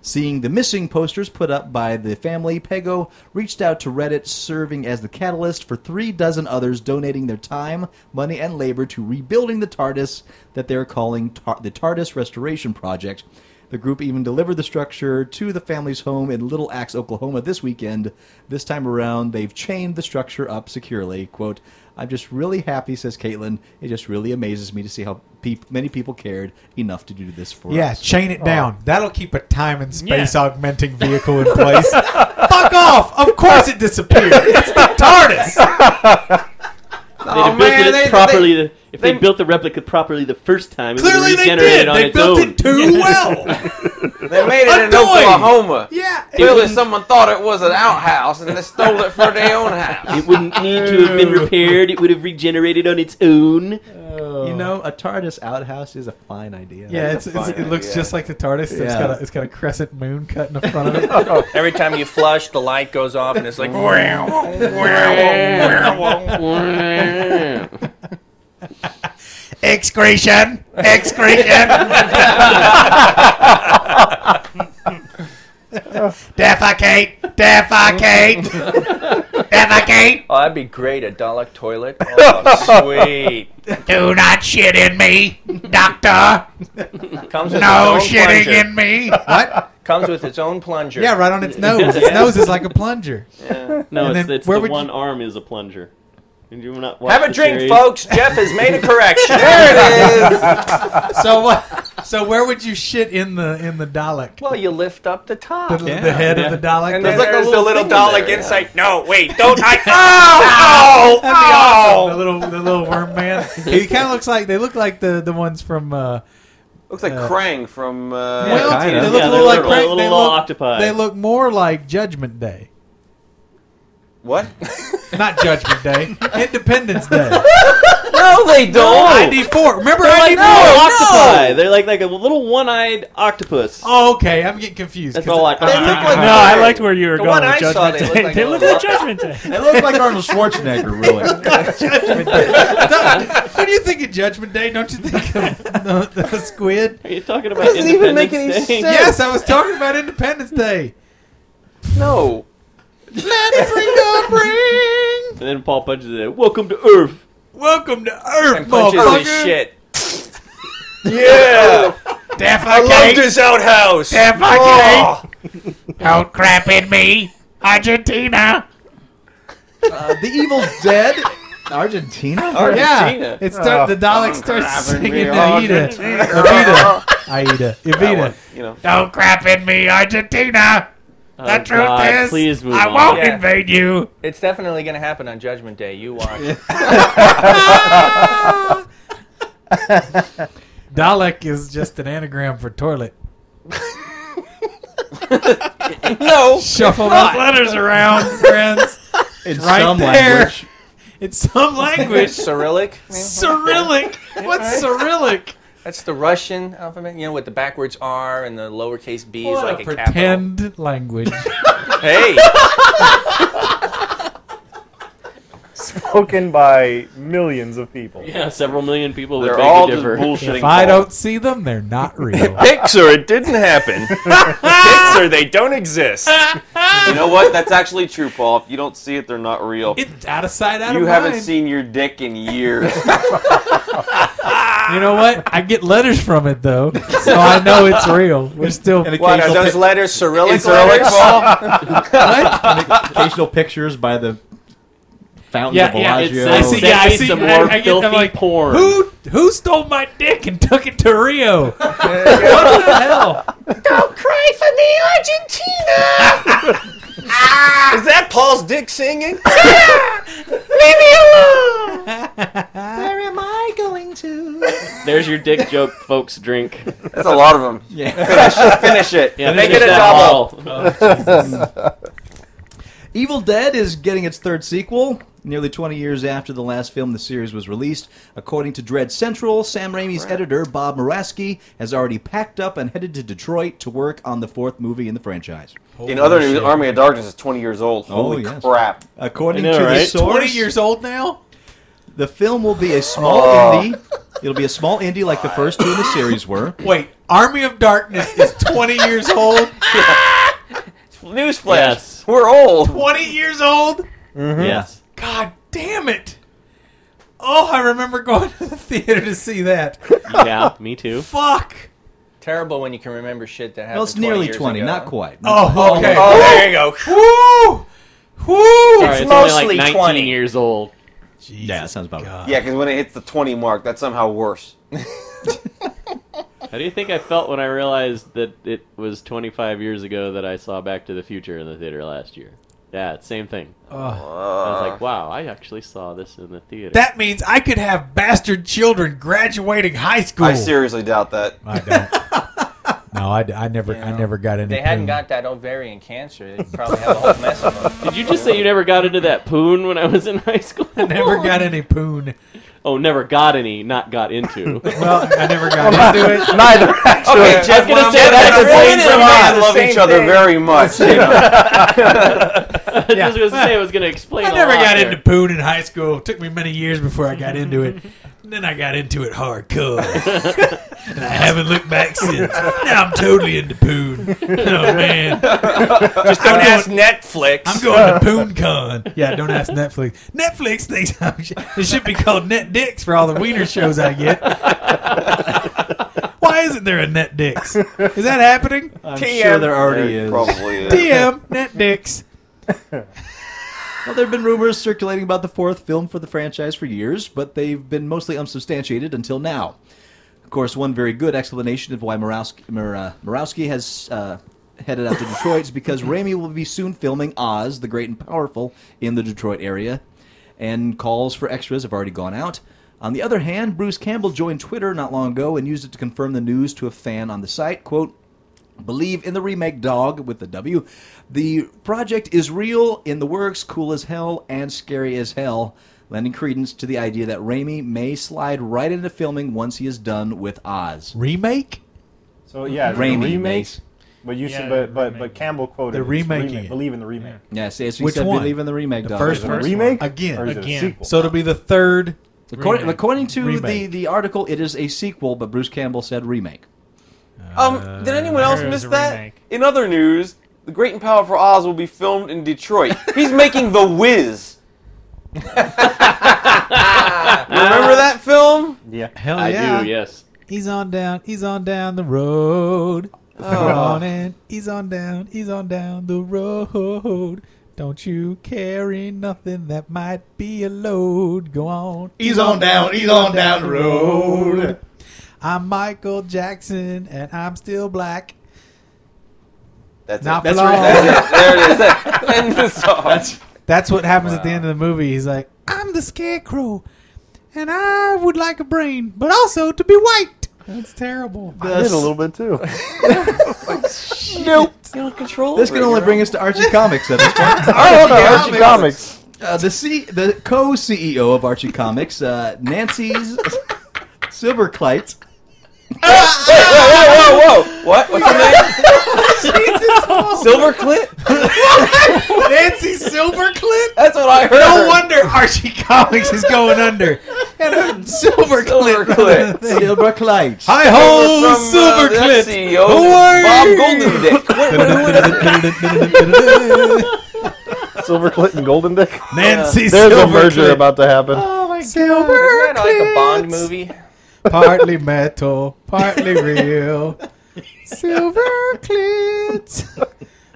Seeing the missing posters put up by the family, Pego reached out to Reddit, serving as the catalyst for three dozen others donating their time, money, and labor to rebuilding the TARDIS that they're calling Tar- the TARDIS Restoration Project. The group even delivered the structure to the family's home in Little Axe, Oklahoma this weekend. This time around, they've chained the structure up securely. Quote, I'm just really happy, says Caitlin. It just really amazes me to see how peop many people cared enough to do this for
Yeah,
us.
chain it down. That'll keep a time and space
Yeah.
augmenting vehicle in place. Fuck off! Of course it disappeared. It's the TARDIS.
If
Oh,
They'd have built it properly. the- if they, built the replica properly the first time, it would
Clearly they
regenerate
did.
on
They
its
built
own.
it too well.
They made it in
Annoying.
Oklahoma.
Yeah.
Clearly, someone thought it was an outhouse, and they stole it for their own house.
It wouldn't need to have been repaired. It would have regenerated on its own.
You know, a TARDIS outhouse is a fine idea.
Yeah, it's,
That's a
it's,
fine
it looks
idea.
just like the TARDIS. It's
Yeah.
got a, it's got a crescent moon cut in the front of it.
Every time you flush, the light goes off, and it's like, wow,
Excretion! Excretion! Defecate! Defecate! Defecate!
oh, that'd be great, a Dalek toilet. Oh, sweet.
Do not shit in me, doctor!
Comes with
No
its own
shitting
plunger.
in me!
what?
Comes with its own plunger.
Yeah, right on its nose. Its nose is like a plunger.
No,
And
it's,
then
it's
where
the
would you-
one arm is a plunger. Did you not watch
Have a
the
drink,
series?
folks. Jeff has made a correction. there it is.
So what? So where would you shit in the in the Dalek?
Well, you lift up the top.
the, the head of the Dalek.
and
there?
there's like a
There's
little,
the little Dalek
Dalek
inside.
inside. No, wait, don't I? Oh,
That'd be awesome. The little the little worm man. He kind of looks like they look like the the ones from. Uh,
Looks like
Uh,
Krang from. Uh,
well,
kinda.
they
Yeah,
look
they're
a little like
little-
Crank-
little
they
little
look,
octopi.
They look more like Judgment Day,
What?
not Judgment Day. Independence Day.
no, they don't.
ID four. Remember
They're
ID
like
four?
little octopi. They're like like a little one-eyed octopus.
Oh, okay. I'm getting confused.
That's
'cause
all I-
I'm
They
thinking
look like-
about-
Uh-huh. No, I liked where you were
The
going.
one
with
I
Judgment
saw, they
Day.
look like
they
a
look
little-
like Judgment Day.
It looks like Arnold Schwarzenegger, really.
When you think of Judgment Day, don't you think of the, the squid?
Are you talking about doesn't even make any sense.
Yes, I was talking about Independence Day.
No.
Let freedom ring.
And then Paul punches it. Welcome to Earth.
Welcome to Earth,
and punches his
motherfucker.
shit.
Yeah.
Defecate!
this outhouse.
Defecate! Don't crap in me, Argentina!
Uh, the evil's dead. Argentina?
Yeah,
Argentina.
it's start, the Dalek starts
Grabbing me,
singing Aida, Evita, Aida,
That one,
Evita.
you know.
Don't crap in me, Argentina! The
Oh,
truth
God,
is,
please move
I
on.
won't
Yeah.
invade you!
It's definitely going to happen on Judgment Day. You watch.
Dalek is just an anagram for toilet.
No.
Shuffle those letters around, friends.
In
Right
some
there.
language.
It's some
It's
language.
Cyrillic.
Cyrillic. What's Cyrillic?
That's the Russian alphabet. You know, with the backwards R and the lowercase b is
What
like
a
a
pretend language.
capital. Hey,
Spoken by millions of people.
Yeah, several million people would
They're
beg
all
to
just
differ.
bullshitting.
if I
Paul.
don't see them, they're not real.
picture it didn't happen. picture they don't exist.
You know what? That's actually true, Paul. If you don't see it, they're not real.
It's out of sight, out
you
of
haven't
mind.
seen your dick in years.
You know what? I get letters from it though, so I know it's real. We're still
What are those letters Cyrillic?
It's Cyrillic,
letters?
Paul.
Occasional pictures by the fountain
Yeah,
of
yeah,
Bellagio.
It's- I see-
yeah, I
Send me
see-
some
I-
more
I get them,
filthy
like,
porn.
Who who stole my dick and took it to Rio? what the hell?
Don't cry for me, Argentina!
Is that Paul's dick singing?
Where am I going to?
There's your dick joke, folks. Drink.
That's a lot of them.
Yeah.
Finish it.
Yeah,
Make
finish
it a
that
double.
all.
Evil Dead is getting its third sequel. Nearly 20 years after the last film in the series was released, according to Dread Central, Sam Raimi's editor Bob Moraski has already packed up and headed to Detroit to work on the fourth movie in the franchise.
In other news, Army of Darkness is 20 years
Oh,
old. Holy
yes.
crap.
According
I know,
to the
right?
source,
20 years old now?
the film will be a small
Oh.
indie. It'll be a small indie like the first two in the series were.
Wait, Army of Darkness is 20 years old?
Newsflash.
Yes.
We're old.
20 years old?
Yes.
God damn it. Oh, I remember going to the theater to see that.
Yeah. Me too.
Fuck.
Terrible when you can remember shit that happened.
Well, it's nearly
20,
20,
years ago.
not quite.
Oh, okay.
Oh, there you go.
Woo! Woo!
Sorry, it's,
mostly
only like 19
20.
years old.
Jesus
Yeah, that sounds about right.
Yeah, because when it hits the 20 mark, that's somehow worse.
How do you think I felt when I realized that it was 25 years ago that I saw Back to the Future in the theater last year? Yeah, same thing. I was like, wow, I actually saw this in the theater.
That means I could have bastard children graduating high school.
I seriously doubt that.
I don't. No, I, I never, I never got any.
They hadn't
pain.
got that ovarian cancer. They probably have a whole mess of them.
Did you just say you never got into that poon when I was in high school?
I never got any poon.
Oh, never got any, not got into.
Well, I never got into it.
Neither. Okay, Jeff,
gonna
when
say
I'm
that the
with my
same
friends
same
thing. It's the
and I love each other
thing.
very
I
much. you know.
was
Yeah.
just going to say I was going to explain.
I
a
never
lot
got
there.
into poon in high school. It took me many years before I got into it. And then I got into it hardcore. and I haven't looked back since. Now I'm totally into poon. Oh, man.
Just don't ask Netflix.
I'm going to PoonCon. Yeah, don't ask Netflix. Netflix thinks I'm sh- it should be called Net Dicks for all the wiener shows I get. Why isn't there a Net Dicks? Is that happening?
I'm
TM.
sure there already
It
is.
Probably is.
DM Net Dicks.
Well, there have been rumors circulating about the fourth film for the franchise for years, but they've been mostly unsubstantiated until now. Of course, one very good explanation of why Morawski, Mor- uh, Morawski has uh, headed out to Detroit is because Raimi will be soon filming Oz, the Great and Powerful, in the Detroit area, and calls for extras have already gone out. On the other hand, Bruce Campbell joined Twitter not long ago and used it to confirm the news to a fan on the site. Quote, Believe in the remake dog with the W. The project is real, in the works, cool as hell, and scary as hell, lending credence to the idea that Raimi may slide right into filming once he is done with Oz.
Remake?
So yeah, it's a
Raimi,
remake.
Mace.
But you
Yeah,
said, but but,
remake.
but Campbell quoted
They're
it's
remaking
remake.
it.
Believe in the remake.
Yes, yes, we
Which
said
one?
believe in the remake
The
dog.
first
Is it a
one.
remake
Again.
Or is it a
Again.
sequel?
So it'll be the third.
According,
Remake.
according to the,
Remake.
the article, it is a sequel, but Bruce Campbell said remake.
Um, did anyone else
There's
miss
Uh, a
that?
remake.
In other news, The Great and Powerful Oz will be filmed in Detroit. He's making The Wiz. Remember that film?
yeah.
Hell
I
yeah.
do, yes.
He's on down. He's on down the road.
Oh.
Come on in. He's on down. He's on down the road. Don't you carry nothing that might be a load. Go on.
He's on down, he's on down the road.
I'm Michael Jackson, and I'm still black.
That's
Not
it.
for
That's
long.
it. There it is. End the song.
That's what happens at the end of the movie. He's like, I'm the scarecrow, and I would like a brain, but also to be white. That's terrible.
I did a little bit too.
nope. You don't control
This can only bring us to Archie Comics at this point.
oh, okay, Archie Comics.
Uh, the C- the co CEO of Archie Comics, uh, Nancy's Silverkleit.
Wait, whoa, whoa, whoa, whoa. What? What's your name? Silver Clint?
Nancy Silverclint?
That's what I heard.
No wonder Archie Comics is going under. And a silver
Silver
clip.
Clint.
Silverkleit.
Hi
From,
ho,
uh,
silver
that
clip.
CEO,
Who are
Bob
you?
Golden Dick.
Silver Clinton Golden Dick.
Nancy
Uh, There's a
Silver
merger
Clip.
about to happen.
Oh my silver
Isn't that like a Bond
Clint.
movie?
Partly metal, partly real. Silver clit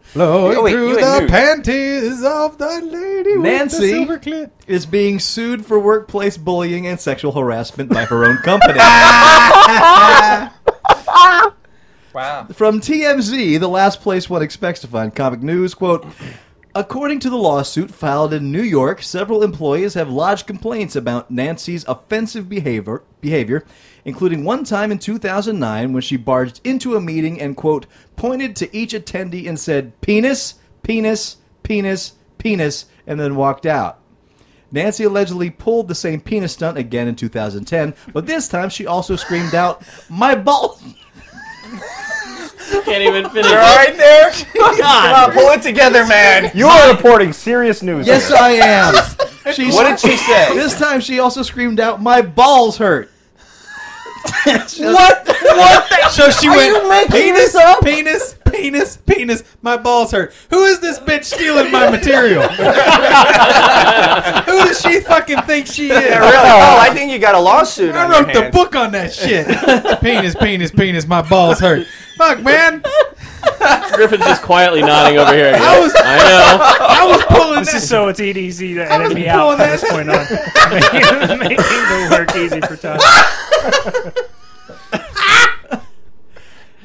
flowing
Oh, wait,
through
you
the
and Newt.
panties of the lady with the
Nancy.
silver clit.
Is being sued for workplace bullying and sexual harassment by her own company.
Wow.
From TMZ, the last place one expects to find comic news, quote, According to the lawsuit filed in New York, several employees have lodged complaints about Nancy's offensive behavior, behavior, including one time in 2009 when she barged into a meeting and quote pointed to each attendee and said penis, penis, penis, penis, and then walked out. Nancy allegedly pulled the same penis stunt again in 2010, but this time she also screamed out, "My balls!"
Can't even finish.
You're right there. Come on, pull it together, man.
You are reporting serious news.
Yes,
here.
I am. She
What did she say?
This time she also screamed out, "My balls hurt."
What? What? so she went penis, penis, penis, penis. My balls hurt. Who is this bitch stealing my material? Who does she fucking think she is?
Yeah, really. Oh, I think you got a lawsuit.
I
on your
wrote the
hands.
book on that shit. penis, penis, penis. My balls hurt. Fuck, man.
Griffin's just quietly nodding over here.
I was-
I know.
I was pulling
This
that.
is so it's easy to
was
edit me out
pulling
from this
that-
point on. Making- Making the work easy for Todd.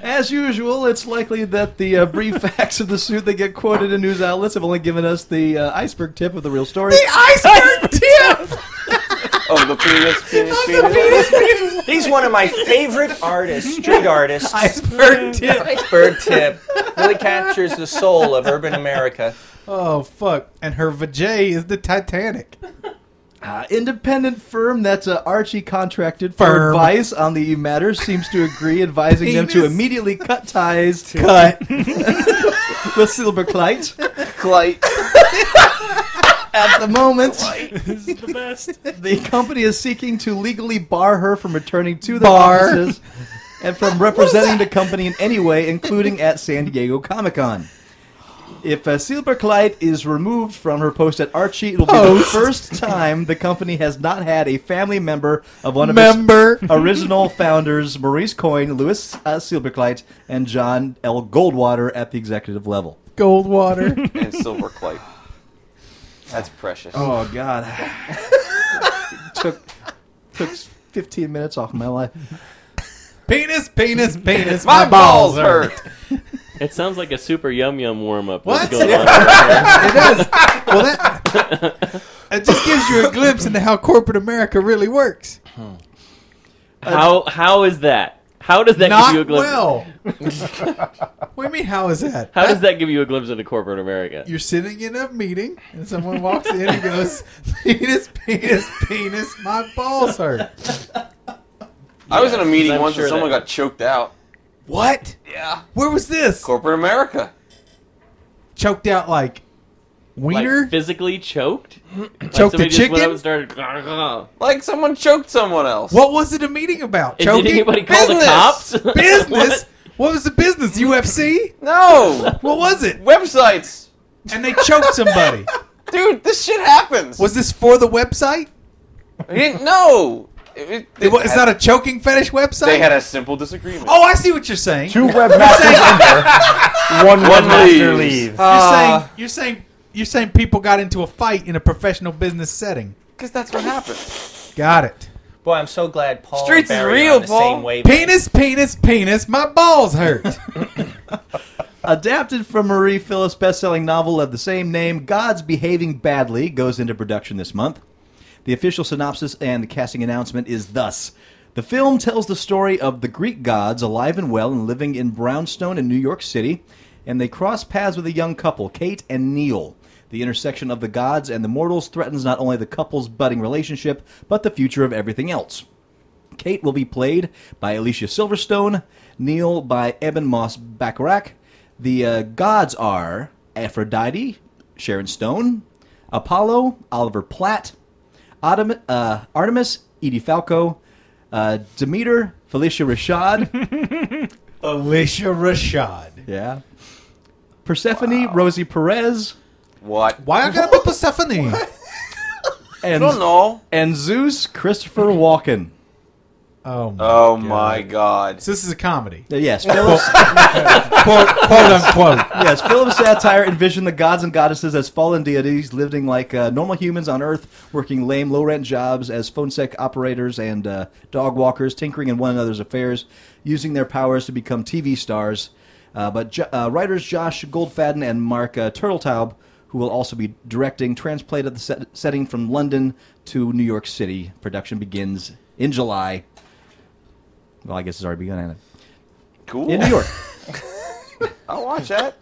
As usual, it's likely that the uh, brief facts of the suit that get quoted in news outlets have only given us the uh, iceberg tip of the real story.
iceberg tip.
Oh, the penis, penis, penis.
He's one of my favorite artists, street artists.
Iceberg tip.
Iceberg tip really captures the soul of urban America.
Oh fuck! And her vajay is the Titanic.
Uh, independent firm that uh, Archie contracted for
Firm.
advice on the matter seems to agree, advising them to
Penis.
immediately cut ties to
Cut.
the Silberkleit.
Clyde.
At the moment,
This is the best.
the company is seeking to legally bar her from returning to the
Bar.
offices and from representing the company in any way, including at San Diego Comic Con. If uh, Silberkleit is removed from her post at Archie, it'll be the
Post.
first time the company has not had a family member of one of its
Member.
original founders Maurice Coyne, Louis uh, Silberkleit, and John L. Goldwater at the executive level.
Goldwater.
and silver clay. That's precious.
Oh God, took took fifteen minutes off my life.
penis, penis, penis.
My balls hurt.
It sounds like a super yum yum warm up.
What? It does. Well, that it just gives you a glimpse into how corporate America really works.
How how is that? How does that give
Not
you a glimpse?
well. what do you mean? How is that?
How does that give you a glimpse into corporate America?
You're sitting in a meeting and someone walks in and goes, "Penis, penis, penis. My balls hurt."
I was in a meeting
I'm
once
sure
and someone
that-
got choked out.
What?
Yeah.
Where was this?
Corporate America.
Choked out like
Like
wiener.
physically choked? Like
Choked a
somebody just went up
chicken.
and started.
Like someone choked someone else.
What was it a meeting about?
And did
Choking?
anybody call the
Business.
cops?
business.
What?
what? was the business? UFC?
No.
What was it?
Websites.
And they choked somebody.
Dude, this shit happens.
Was this for the website?
I didn't know. It- it-
It wa- it's not a choking fetish website.
They had a simple disagreement.
oh, I see what you're saying.
Two webmasters enter, one
One
webmaster
leaves.
You're
leaves.
Uh,
saying you're saying you're saying people got into a fight in a professional business setting.
Because that's what happens.
Got it.
Boy, I'm so glad Paul and
Streets is
Barry are
real,
on the
Paul.
same wavelength.
Penis, penis, penis. My balls hurt.
Adapted from Marie Phillips' best-selling novel of the same name, God's Behaving Badly goes into production this month. The official synopsis and the casting announcement is thus. The film tells the story of the Greek gods alive and well and living in brownstone in New York City, and they cross paths with a young couple, Kate and Neil. The intersection of the gods and the mortals threatens not only the couple's budding relationship, but the future of everything else. Kate will be played by Alicia Silverstone, Neil by Eben Moss Bacharach. The uh, gods are Aphrodite, Sharon Stone, Apollo, Oliver Platt, Adam, uh, Artemis, Edie Falco, uh, Demeter, Felicia Rashad,
Alicia Rashad.
yeah, Persephone, Rosie Perez,
What?
Why I gotta be Persephone?
and,
I don't know.
and Zeus, Christopher Walken.
Oh, my.
Oh my god.
so this is a comedy.
Uh, Yes, Phillips,
quote, quote unquote.
yes, Philip's satire envisioned the gods and goddesses as fallen deities, living like uh, normal humans on Earth, working lame, low rent jobs as phone sec operators and uh, dog walkers, tinkering in one another's affairs, using their powers to become TV stars. Uh, but jo- uh, writers Josh Goldfadden and Mark uh, Turtletaub, who will also be directing. Transplayed at the set- setting from London to New York City. Production begins in July. Well, I guess it's already begun. hasn't it?
Cool.
In New York.
I'll watch that.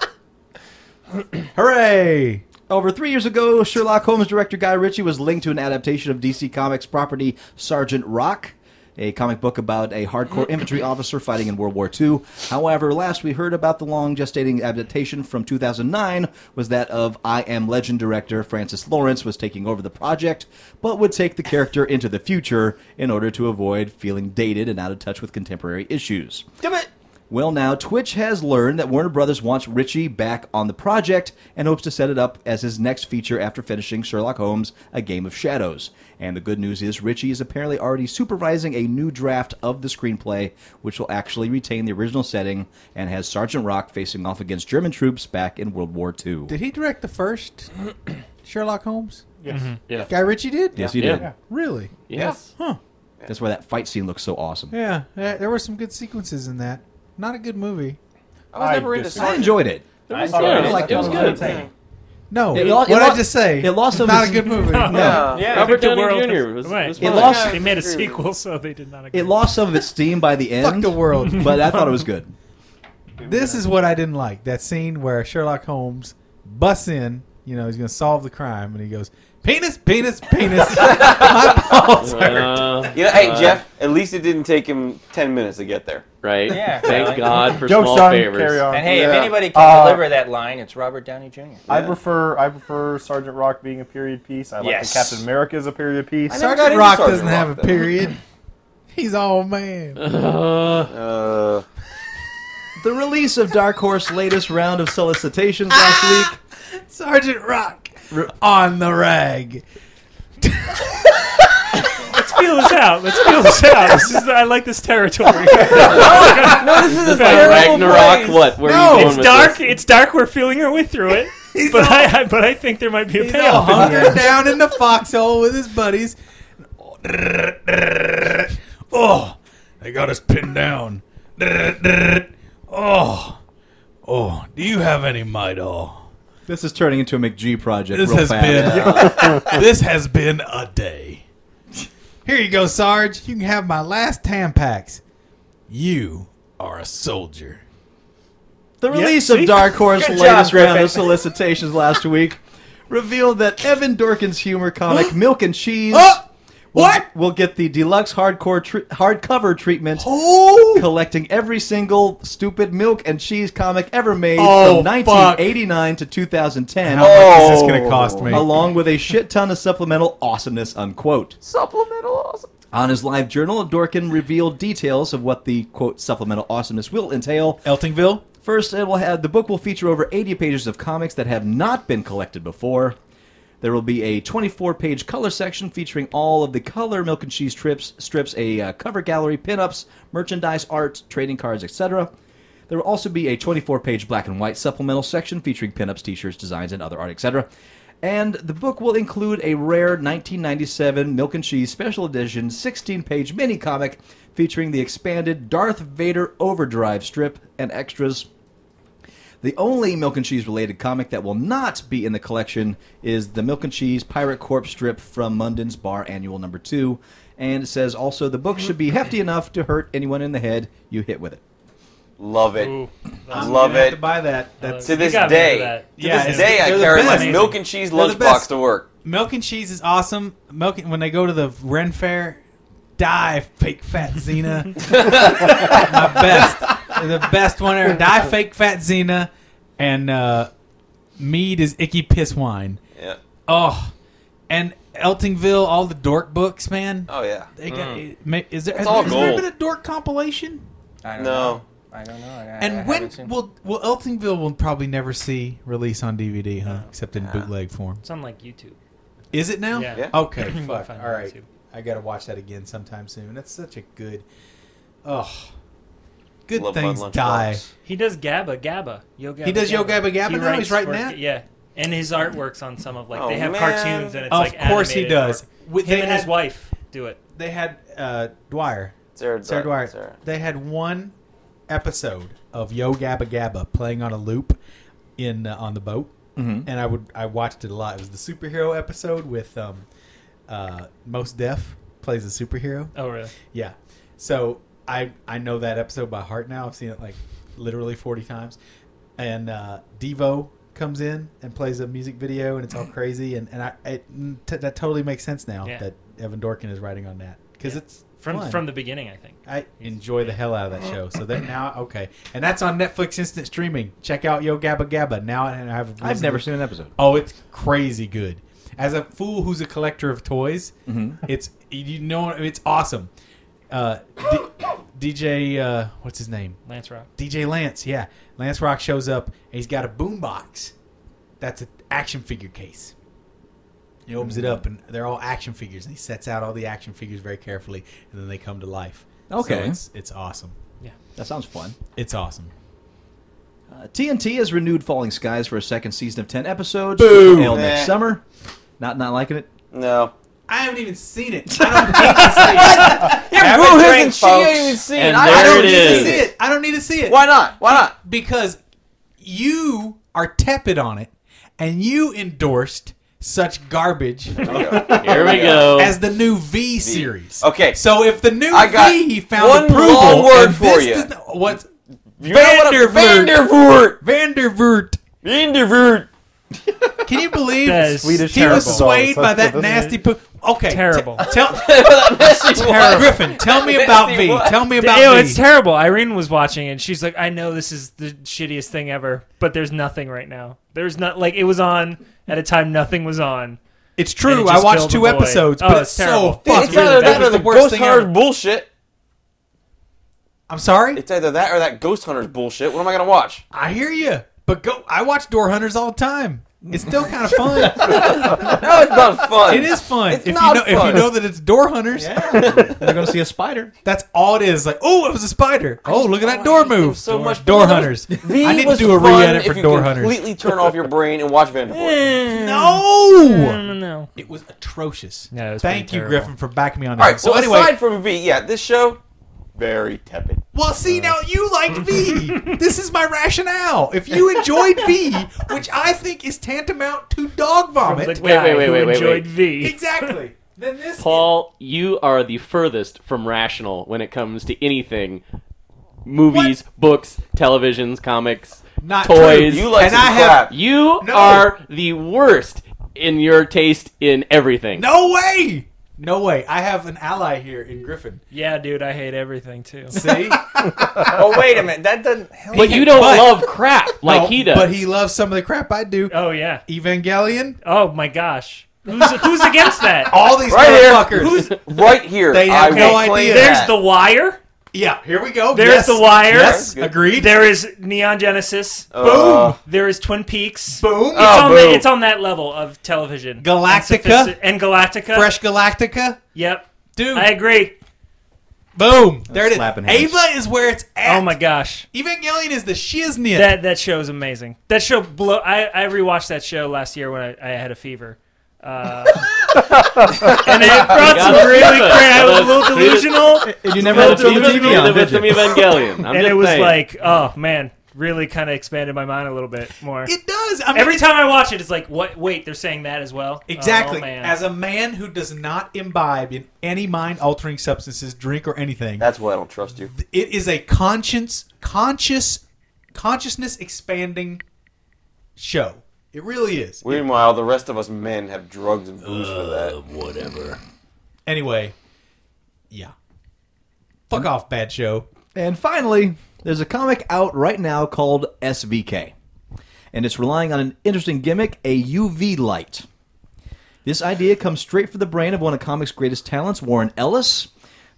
Hooray! Over three years ago, Sherlock Holmes director Guy Ritchie was linked to an adaptation of DC Comics property Sergeant Rock, a comic book about a hardcore infantry officer fighting in World War II. However, last we heard about the long gestating adaptation from 2009 was that of I Am Legend director Francis Lawrence was taking over the project, but would take the character into the future in order to avoid feeling dated and out of touch with contemporary issues.
Damn it!
Well, now Twitch has learned that Warner Brothers wants Ritchie back on the project and hopes to set it up as his next feature after finishing Sherlock Holmes: A Game of Shadows. And the good news is Ritchie is apparently already supervising a new draft of the screenplay, which will actually retain the original setting and has Sergeant Rock facing off against German troops back in World War II.
Did he direct the first Sherlock Holmes?
Yes.
Mm-hmm.
Mhm.
Yeah.
Guy Ritchie did.
Yes, he did.
Yeah. Really?
Yes.
Huh.
That's why that fight scene looks so awesome.
Yeah. yeah, There were some good sequences in that. Not a good movie.
I was never into
I enjoyed it.
I
thought
enjoyed
it
it.
was-
It was
it
good.
was No.
It lo- it
what
lo-
I just say?
it lost some-
Not a good movie.
No.
I
Yeah. Yeah.
think
Robert
the
Downey
world-
Jr. was-
right.
was
It one of the lost- guys
They made a
who-
sequel, so they did not agree.
It lost some of its steam by the end.
Fuck the world.
But I thought it was good.
This is what I didn't like. That scene where Sherlock Holmes busts in, you know, he's going to solve the crime, and he goes, penis, penis, penis. My balls hurt.
Uh,
You know, hey
uh,
Jeff, at least it didn't take him ten minutes to get there.
Right.
Yeah.
Thank God for
Joke's
small
done.
favors.
Carry on.
And hey, if
Yeah.
anybody can
Uh,
deliver that line, it's Robert Downey Jr.
I prefer I prefer Sergeant Rock being a period piece. I like
Yes.
that Captain America is a period piece.
I never got
Sergeant
into
Rock
Sergeant
doesn't have
Rock,
a
though.
period. he's all man.
Uh,
Uh,
The release of Dark Horse's latest round of solicitations last week
Sergeant Rock on the rag.
Let's feel this out. Let's feel this out. This is, I like this territory.
this is
like
Ragnarok. What? Where
No,
are you going
it's
with
dark.
This?
It's dark. We're feeling our way through it. but I, I, but I think there might be a
He's all
payoff. in
hunkered
here.
down in the foxhole with his buddies. Oh, they got us pinned down. Oh, oh, do you have any might all?
This is turning into a McG project
This
real
has
fast.
been this has been a day. Here you go, Sarge. You can have my last Tampax. You are a soldier.
The release
see?
of Dark Horse's
Good
latest
job,
round
Griffin.
of solicitations last week revealed that Evan Dorkin's humor comic Milk and Cheese
Oh,
will-
what?
will get the deluxe hardcore tre- hardcover treatment,
Oh,
collecting every single stupid Milk and Cheese comic ever made
Oh,
from
fuck.
1989 to 2010.
how much is this going to cost me?
Along with a shit ton of supplemental awesomeness, unquote.
supplemental awesome.
On his live journal, Dorkin revealed details of what the quote supplemental awesomeness will entail.
Eltingville.
First, it will have the book will feature over 80 pages of comics that have not been collected before. There will be a 24-page color section featuring all of the color milk and cheese trips, strips, a uh, cover gallery, pinups, merchandise art, trading cards, etc. There will also be a 24-page black and white supplemental section featuring pinups, t-shirts, designs, and other art, etc. And the book will include a rare 1997 Milk and Cheese Special Edition 16 page mini comic featuring the expanded Darth Vader Overdrive strip and extras. The only Milk and Cheese related comic that will not be in the collection is the Milk and Cheese Pirate Corp strip from Munden's Bar Annual Number 2. And it says also the book should be hefty enough to hurt anyone in the head you hit with it.
Love it.
Ooh.
Love
Have
it.
to buy that. That's
To
You
this
got me for
day,
that.
to
Yeah,
this
it's-
day, I
they're the
carry
best.
my milk and cheese
They're the
lunchbox
best.
to work.
Milk and cheese is awesome. Milk and, when they go to the Ren Fair, die fake fat Xena. My best, the best one ever. Die fake fat Xena, and uh, mead is icky piss wine.
Yeah.
Oh, and Eltingville, all the dork books, man.
Oh yeah.
They got, it ma- is there,
It's
has,
all
has there
gold.
been a dork compilation?
I don't
No.
know. I don't know. I, I
And when
haven't seen-
will will Eltingville will probably never see release on DVD, huh? Except in bootleg form.
It's on like YouTube.
Is it now?
Yeah.
Yeah.
Okay.
You can
fuck.
find it
All
on
right.
YouTube.
I gotta watch that again sometime soon. That's such a good. Oh, good
Love my
things
lunchbox.
die.
He does Gabba Gabba. Yo Gabba
He does
Gabba.
Yo Gabba Gabba
He
now?
writes
He's writing
for-
that?
Yeah. And his artworks on some of like
Oh,
they have
man.
cartoons and it's
Of
like
course he
animated
does.
artwork.
With-
Him
they
and
had-
his wife do it.
They had uh, Dwyer,
Sarah,
Sarah Dwyer.
Sarah.
They had one episode of Yo Gabba Gabba playing on a loop in uh, on the boat,
Mhm.
and I would I watched it a lot. It was the superhero episode with um, uh, Most Def plays a superhero.
Oh, really?
Yeah. So I I know that episode by heart now. I've seen it like literally forty times. And uh, Devo comes in and plays a music video, and it's all crazy. And and I it, t- that totally makes sense now
Yeah.
that Evan Dorkin is writing on that because
Yeah.
it's
From-
fun.
from the beginning, I think.
I enjoy the hell out of that show. So that now, okay, and that's on Netflix instant streaming. Check out Yo Gabba Gabba now, and I have
I've never seen an episode.
Oh, it's crazy good. As a fool who's a collector of toys,
Mhm.
Mm-hmm.
it's you know it's awesome. Uh, D- DJ, uh, what's his name?
Lance Rock.
DJ Lance, yeah. Lance Rock shows up and he's got a boombox. That's an action figure case. He opens it up and they're all action figures, and he sets out all the action figures very carefully, and then they come to life. So
Okay.
it's it's awesome.
Yeah.
That sounds fun.
It's awesome.
Uh, TNT has renewed Falling Skies for a second season of 10 episodes.
Boo!
It'll
Nah.
next summer. Not not liking it?
No.
I haven't even seen it. I don't need to see it.
Yeah, Have a who drink, hasn't? She folks. ain't even seen it. And I there don't it
need
need to
to
is.
see it. I don't need to see it.
Why not? Why not?
Because you are tepid on it, and you endorsed such garbage.
Here we go.
As the new V series.
Oh. Okay.
So if the new
I got
V found
one
approval,
long word
and
for
this
you.
does not- what's
You know what a-
Vandervoort. Vandervoort.
Vandervoort.
Can you believe
That is
he
Swedish terrible.
was swayed by
That's
that
what this
nasty poo? Okay, t-
Terrible.
tell
Nasty
Terrible.
what?
Griffin, tell me about
Nasty
V.
what?
Tell me about
Ew,
V.
it's terrible. Irene was watching it, and she's like, "I know this is the shittiest thing ever, but there's nothing right now. There's not like it was on at a time nothing was on."
It's
And
true.
it
I
just
watched
filled
two
the void.
episodes,
Oh,
but
it's
it's
terrible.
so fucking
It's either that or the
worst
Ghost
thing
Hunter's
ever.
bullshit.
I'm sorry.
It's either that or that Ghost Hunter's bullshit. What am I gonna watch?
I hear you, but go. I watch Door Hunters all the time. It's still kind of fun.
no, it's not fun.
It is fun.
It's
if
not
you know, if
fun.
you know that it's Door Hunters,
They're going to see a spider.
that's all it is. Like, oh, it was a spider. Oh, look at that door move.
So much
Door
fun.
Hunters.
V
I need to
was
do a
fun
re-edit for
if you
Door Hunters. Eh.
Completely turn off your brain and watch Vandervoort.
No,
no,
it was atrocious.
No, it was
Thank
pretty
you,
terrible.
Griffin, for backing me on that.
All right.
so
So
anyway,
aside from V, yeah, this show very tepid.
Well, see, now you liked V. this is my rationale. If you enjoyed V, which I think is tantamount to dog vomit.
From the guy
wait, wait,
who
wait, wait,
enjoyed
wait.
V.
Exactly. Then this.
Paul, you are the furthest from rational when it comes to anything movies, books, televisions, comics,
Not
toys.
true.
You like
And
some
I have-
crap.
You
No.
are the worst in your taste in everything.
No way! No way. I have an ally here in Griffin.
Yeah, dude, I hate everything too.
See?
Oh wait a minute, that doesn't.
But you don't
But-
love crap like
No,
he does.
Oh, But he loves some of the crap I do.
Oh yeah.
Evangelion,
Oh my gosh. Who's who's against that?
all these
Right here.
motherfuckers.
Who's right here?
They have
I
no
will
idea.
claim
There's
that.
the wire.
yeah, here we go.
There's
Yes.
The Wire.
Yes,
Good.
agreed.
There is Neon Genesis.
Uh, oh,
boom.
There is Twin Peaks.
Boom.
It's, on
boom.
the, it's on that level of television.
Galactica?
And, sophisti- and Galactica.
Fresh Galactica.
Yep.
Dude.
I agree.
Boom. There it is.
slapping hands.
Ava is where it's at.
Oh my gosh.
Evangelion is the shiznit.
That that show is amazing. That show blow. I, I rewatched that show last year when I, I had a fever. Uh, and it brought some
got a
really
fever.
great. I was a little
Dude.
delusional.
And you never looked on the
Even
TV on,
with
did
some
you?
Evangelion. I'm
and
just
it was
saying.
like, oh man, really kind of expanded my mind a little bit more.
It does. I mean,
Every
it's-
time I watch it, it's like, what? Wait, they're saying that as well.
Exactly.
Oh, man.
As a man who does not imbibe in any mind altering substances, drink, or anything,
That's why I don't trust you.
it is a conscience, conscious, consciousness expanding show. It really is.
Meanwhile, the rest of us men have drugs and booze for
Um,
that.
Anyway, yeah. Fuck off, bad show.
And finally, there's a comic out right now called SVK. And it's relying on an interesting gimmick, a UV light. This idea comes straight from the brain of one of comics' greatest talents, Warren Ellis.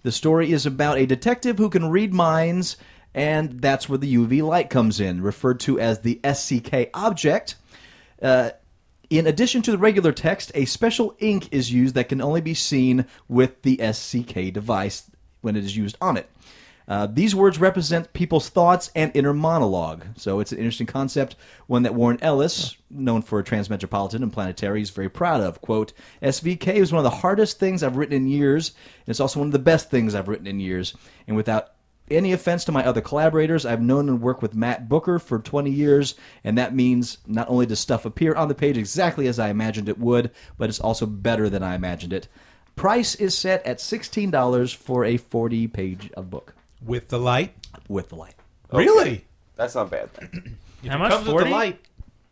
The story is about a detective who can read minds, and that's where the UV light comes in, referred to as the SCK object. Uh, in addition to the regular text, a special ink is used that can only be seen with the SCK device when it is used on it. Uh, these words represent people's thoughts and inner monologue. So it's an interesting concept, one that Warren Ellis, known for Transmetropolitan and Planetary, is very proud of. Quote, SVK is one of the hardest things I've written in years, and it's also one of the best things I've written in years. And without Any offense to my other collaborators, I've known and worked with Matt Booker for 20 years, and that means not only does stuff appear on the page exactly as I imagined it would, but it's also better than I imagined it. Price is set at $16 for a 40 page of book.
With the light?
With the light.
Really?
That's not bad. Then.
If it comes with the light,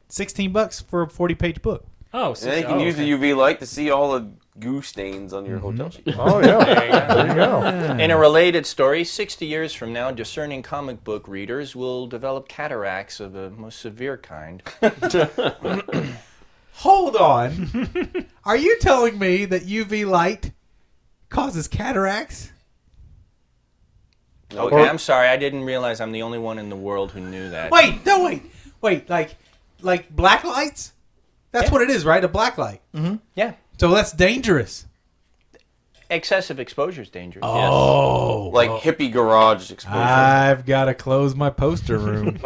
sixteen bucks for a forty-page book.
Oh,
and then you can use the UV light to see all the goo stains on your hotel
Mm-hmm.
sheet.
Oh, yeah. There you go. In a
Uh-huh.
related story, 60 years from now, discerning comic book readers will develop cataracts of the most severe kind.
Hold on. Are you telling me that UV light causes cataracts?
Okay,
Or-
I'm sorry. I didn't realize I'm the only one in the world who knew that.
Wait, no, wait, wait. Like, like black lights. That's what it is, right? A black light.
Mm-hmm. Yeah.
So that's dangerous.
Excessive exposure is dangerous.
Oh. Ah.
Like hippie garage exposure.
I've got to close my poster room.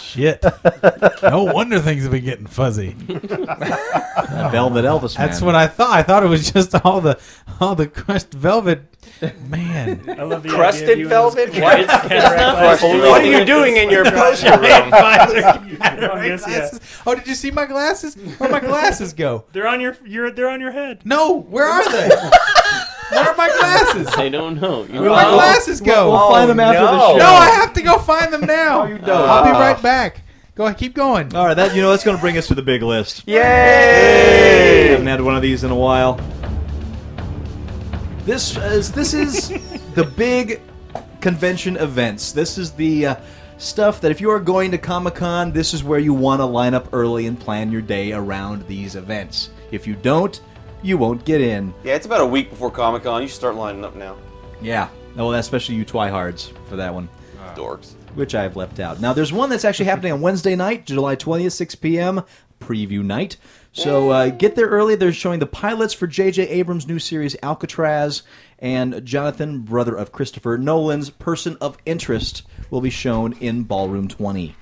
Shit. No wonder things have been getting fuzzy.
Velvet Elvis
That's
man.
what I thought. I thought it was just all the all the crushed velvet. Man,
I love the
Crusted
idea of you in those
velvet?
cataract
What?
glasses.
What are you doing in your poster room?
Yes, yeah.
Oh, did you see my glasses? Where'd my glasses go?
They're on your you're, they're on your head.
No, where are they? Where are my glasses?
I don't know. You
Where'd my
know.
glasses go?
We'll find them after the
no.
show.
No, I have to go find them now. I'll be right back. Go ahead, keep going.
All right, that you know that's going to bring us to the big list.
Yay!
haven't had one of these in a while. This uh, is this is the big convention events. This is the uh, stuff that if you are going to Comic Con, this is where you want to line up early and plan your day around these events. If you don't, you won't get in.
Yeah, it's about a week before Comic Con. You should start lining up now.
Yeah. Oh, well, especially you twihards for that one.
Dorks.
which I have left out. Now, there's one that's actually happening on Wednesday night, July 20th, 6 p.m., preview night. So uh, get there early. They're showing the pilots for J.J. Abrams' new series, Alcatraz, and Jonathan, brother of Christopher Nolan's Person of Interest, will be shown in Ballroom 20.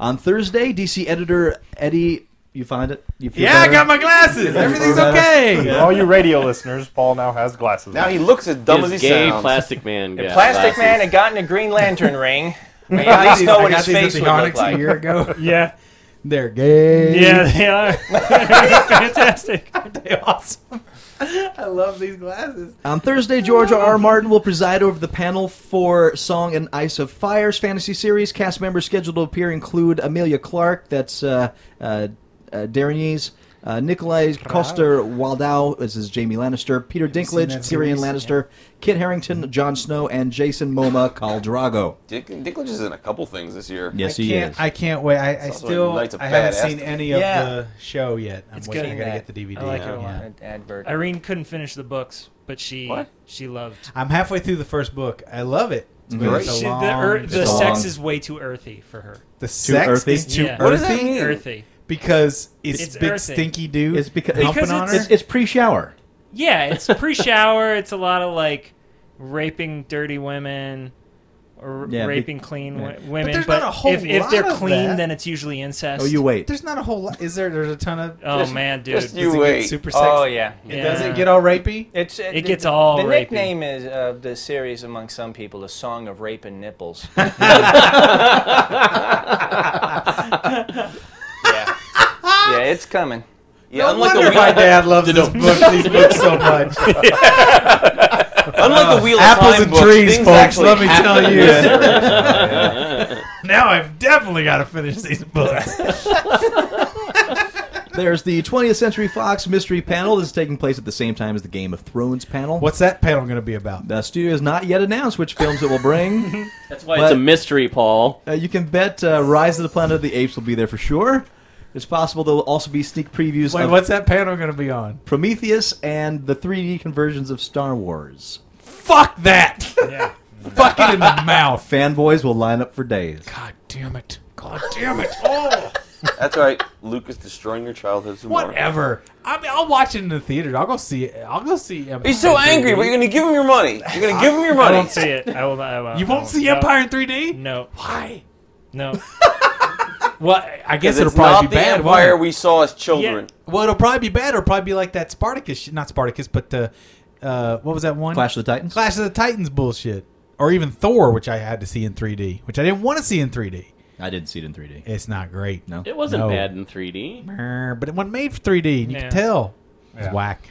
On Thursday, DC editor Eddie. You find it? You feel
Yeah, I
better?
got my glasses. Everything's okay.
All you radio listeners, Paul now has glasses.
Now
on.
he looks as dumb as
His
he
gay
sounds.
plastic man. guy.
Plastic
Glasses.
Man had gotten a Green Lantern ring. We
I
at
got
least
these-
know
I
what
got
his
these
face
at
would
the
look
Onyx a year
like.
ago.
Yeah,
They're gay.
yeah, they are fantastic.
They're awesome. I love these glasses.
On Thursday, George R. R. Martin will preside over the panel for Song and Ice of Fire's fantasy series. Cast members scheduled to appear include Amelia Clark, that's uh, uh, uh, Darnese, uh, Nikolai Coster Waldau, this is Jamie Lannister, Peter Dinklage,
that
Tyrion
series? Mm-hmm.
Lannister, Kit Harrington, Jon Snow, and Jason Momoa Caldrago.
Dick, Dinklage is in a couple things this year.
Yes,
I
he
can't,
is.
I can't wait. I, I
also
still
Knights of
I haven't
Badass.
seen any of
Yeah.
the show yet. I'm
It's
waiting.
good.
I gotta get the DVD.
I like it a lot.
Yeah.
Ad- Advert.
Irene couldn't finish the books, but she she loved.
I'm halfway through the first book. I love it. But
Great.
It's a
She-
long,
the ear- the
It's
sex
long.
is way too earthy for her.
the sex
earthy?
is too
Yeah.
earthy
What
does that mean?
Earthy.
because it's,
It's
big
earthy.
stinky dude.
It's because,
humping
Because
on her.
it's, it's pre-shower.
Yeah, it's pre-shower. it's a lot of like raping dirty women or
Yeah, be-
raping clean
yeah.
wo- women.
there's
but
not a whole
if, if they're
lot of
clean,
that.
then it's usually incest.
Oh, you wait.
There's not a whole lot. Is there? There's a ton of.
Oh man, dude.
Just you
does it
wait.
get super sexy?
Oh yeah.
Yeah.
Does it get all rapey?
It's, it,
gets all
The
rapey.
nickname is of the series among some people, "The Song of Rape and Nipples." yeah, yeah, it's coming.
Yeah,
No
unlike, the
wonder my
wheel,
dad loves this book, these books so much. Ah.
unlike the Wheel of
Apples
Time
and
books,
trees,
things
folks,
actually
let me
happen
tell
in
you.
this universe.
Now I've definitely got to finish these books.
There's the 20th Century Fox Mystery Panel. This is taking place at the same time as the Game of Thrones panel.
What's that panel going to be about?
The studio has not yet announced which films it will bring.
That's why it's
But-
a mystery, Paul.
Uh, you can bet uh, Rise of the Planet of the Apes will be there for sure. It's possible there will also be sneak previews
Wait,
of
what's that panel going to be on?
Prometheus and the 3D conversions of Star Wars.
Fuck that!
Yeah.
Fuck it in the mouth.
Fanboys will line up for days.
God damn it. God damn it. Oh,
That's right. Lucas destroying your childhood. some more.
whatever. I mean, I'll watch it in the theater. I'll go see it. I'll go see Empire.
He's so
in 3D.
angry, but you're gonna give him your money. You're gonna give him your
I
money.
won't see it. I will. I will
You won't see
no,
Empire in 3D?
No.
Why?
No.
Well, I- I guess
Because
it'll
it's
probably
not
be
the
bad. won't
empire
it?
we saw as children.
Well, it'll probably be bad. It'll probably be like that Spartacus, shit- not Spartacus, but uh, uh, what was that one?
Clash of the Titans.
Clash of the Titans bullshit, or even Thor, which I had to see in 3D, which I didn't want to see in 3D.
I didn't see it in 3D.
It's not great.
No,
It wasn't
No.
bad in 3D.
Brr, But it wasn't made for 3D. And you
Yeah.
can tell it's
Yeah.
whack.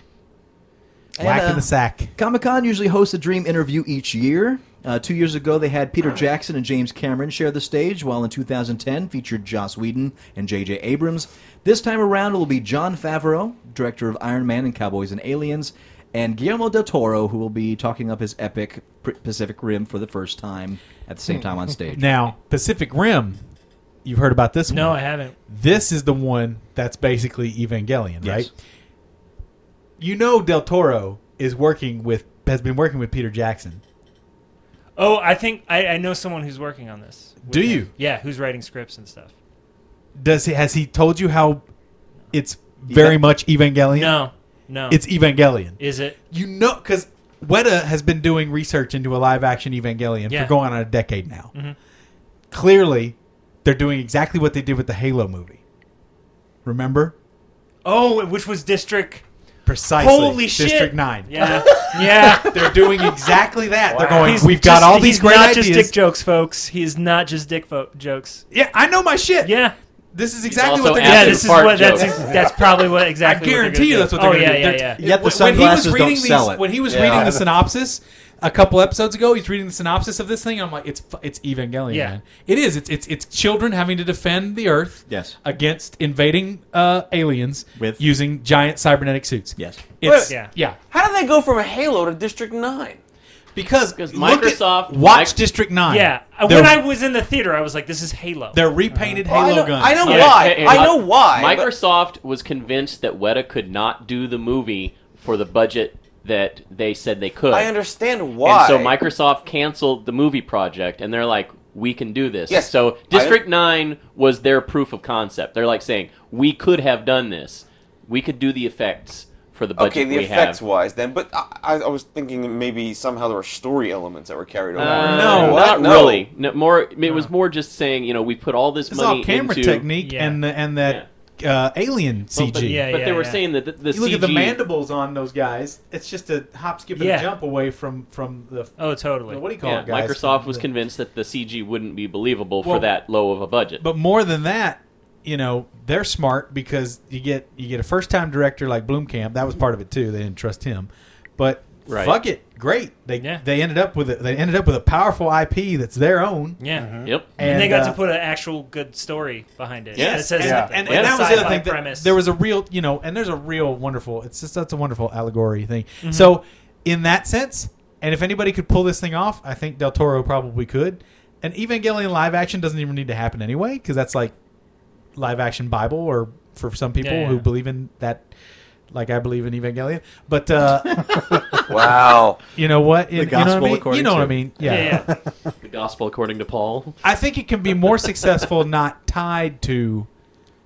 Whack
uh,
in the sack.
Comic Con usually hosts a dream interview each year. Uh, two years ago, they had Peter Jackson and James Cameron share the stage, while in 2010 featured Joss Whedon and J.J. Abrams. This time around, it will be John Favreau, director of Iron Man and Cowboys and Aliens, and Guillermo del Toro, who will be talking up his epic P- Pacific Rim for the first time at the same time on stage.
Now, Pacific Rim, you've heard about this one.
No, I haven't.
This is the one that's basically Evangelion,
Yes.
right? You know Del Toro is working with has been working with Peter Jackson.
Oh, I think I, I know someone who's working on this. with
Do
him.
you?
Yeah, who's writing scripts and stuff.
Does he has he told you how it's very
Yeah.
much Evangelion?
No, no.
It's E- Evangelion.
Is it?
You know cuz Weta has been doing research into a live action Evangelion
Yeah.
for going on a decade now.
Mhm.
Clearly, they're doing exactly what they did with the Halo movie. Remember?
Oh, which was District.
Precisely.
Holy shit.
District 9.
Yeah, yeah.
They're doing exactly that. They're
Wow.
going,
He's
we've got
just-
all these
he's
great
not
ideas.
just dick jokes, folks. He's not just dick fo- jokes.
Yeah, I know my shit.
Yeah.
This is exactly
also
what they're
acid
gonna do.
Yeah, this is fart what- that's jokes. ex- that's probably what- exactly
I
what they're
guarantee you
gonna
that's
do.
what they're
Oh,
going to
yeah,
do.
yeah,
They're-
yeah. Yet the
when-
sunglasses
when he was
don't
reading these,
sell it.
When he was
Yeah.
reading the synopsis a couple episodes ago, he's reading the synopsis of this thing, and I'm like, it's fu- it's Evangelion.
Yeah.
man. it is. It's it's it's children having to defend the Earth.
Yes.
against invading uh, aliens
With-
using giant cybernetic suits.
Yes,
it's
Wait,
yeah.
How did they go from Halo to District Nine?
Because look at-
Microsoft
watch District Nine.
Yeah. Uh,
They're-
When I was in the theater, I was like, "This is Halo."
They're repainted
I
Halo
know-
guns.
I know
Yeah,
why.
hey, hey,
I
Mi-
know why, but-
Microsoft was convinced that Weta could not do the movie for the budget that they said they could.
I understand
And
why.
so Microsoft canceled the movie project, and they're like, "We can do this."
Yes.
So
I-
District Nine was their proof of concept. They're like saying, "We could have done this. We could do the effects for the budget
okay, the
we
effects
have."
wise, then. But I, I, I was thinking that maybe somehow there were story elements that were carried over.
Uh,
What?
not
No.
really. No, more. It was more just saying, you know, we put all this
It's
money
all camera
into
technique and the, and that uh, alien CG.
but, but they were saying that the, the
you look at the
CG
mandibles on those guys. It's just a hop, skip, and
Yeah.
a jump away from from the.
Oh, totally.
What do you call
Yeah,
it, guys?
Microsoft was
The-
convinced that the CG wouldn't be believable
Well-
for that low of a budget.
But more than that, you know, they're smart because you get you get a first time director like Bloomcamp. That was part of it too. They didn't trust him, but
Right.
fuck it, great. They they ended up with a, they ended up with a powerful IP that's their own.
Yeah.
Yep.
And, they got
uh,
to put an actual good story behind it.
Yes.
Yeah. It says
and,
something.
and-
Like
and
a
that was the other
sci-fi
thing. that
premise.
There was a real, you know, and there's a real wonderful. It's just that's a wonderful allegory thing.
Mhm.
So in that sense, and if anybody could pull this thing off, I think Del Toro probably could. And Evangelion live action doesn't even need to happen anyway because that's like live action Bible or for some people
Yeah, yeah.
who believe in that. Like I believe in Evangelion, but uh,
wow,
you know what?
The
You- you know what I
gospel
mean?
according
You know what
to-
I mean?
Yeah, the gospel according to Paul.
I think it can be more successful not tied to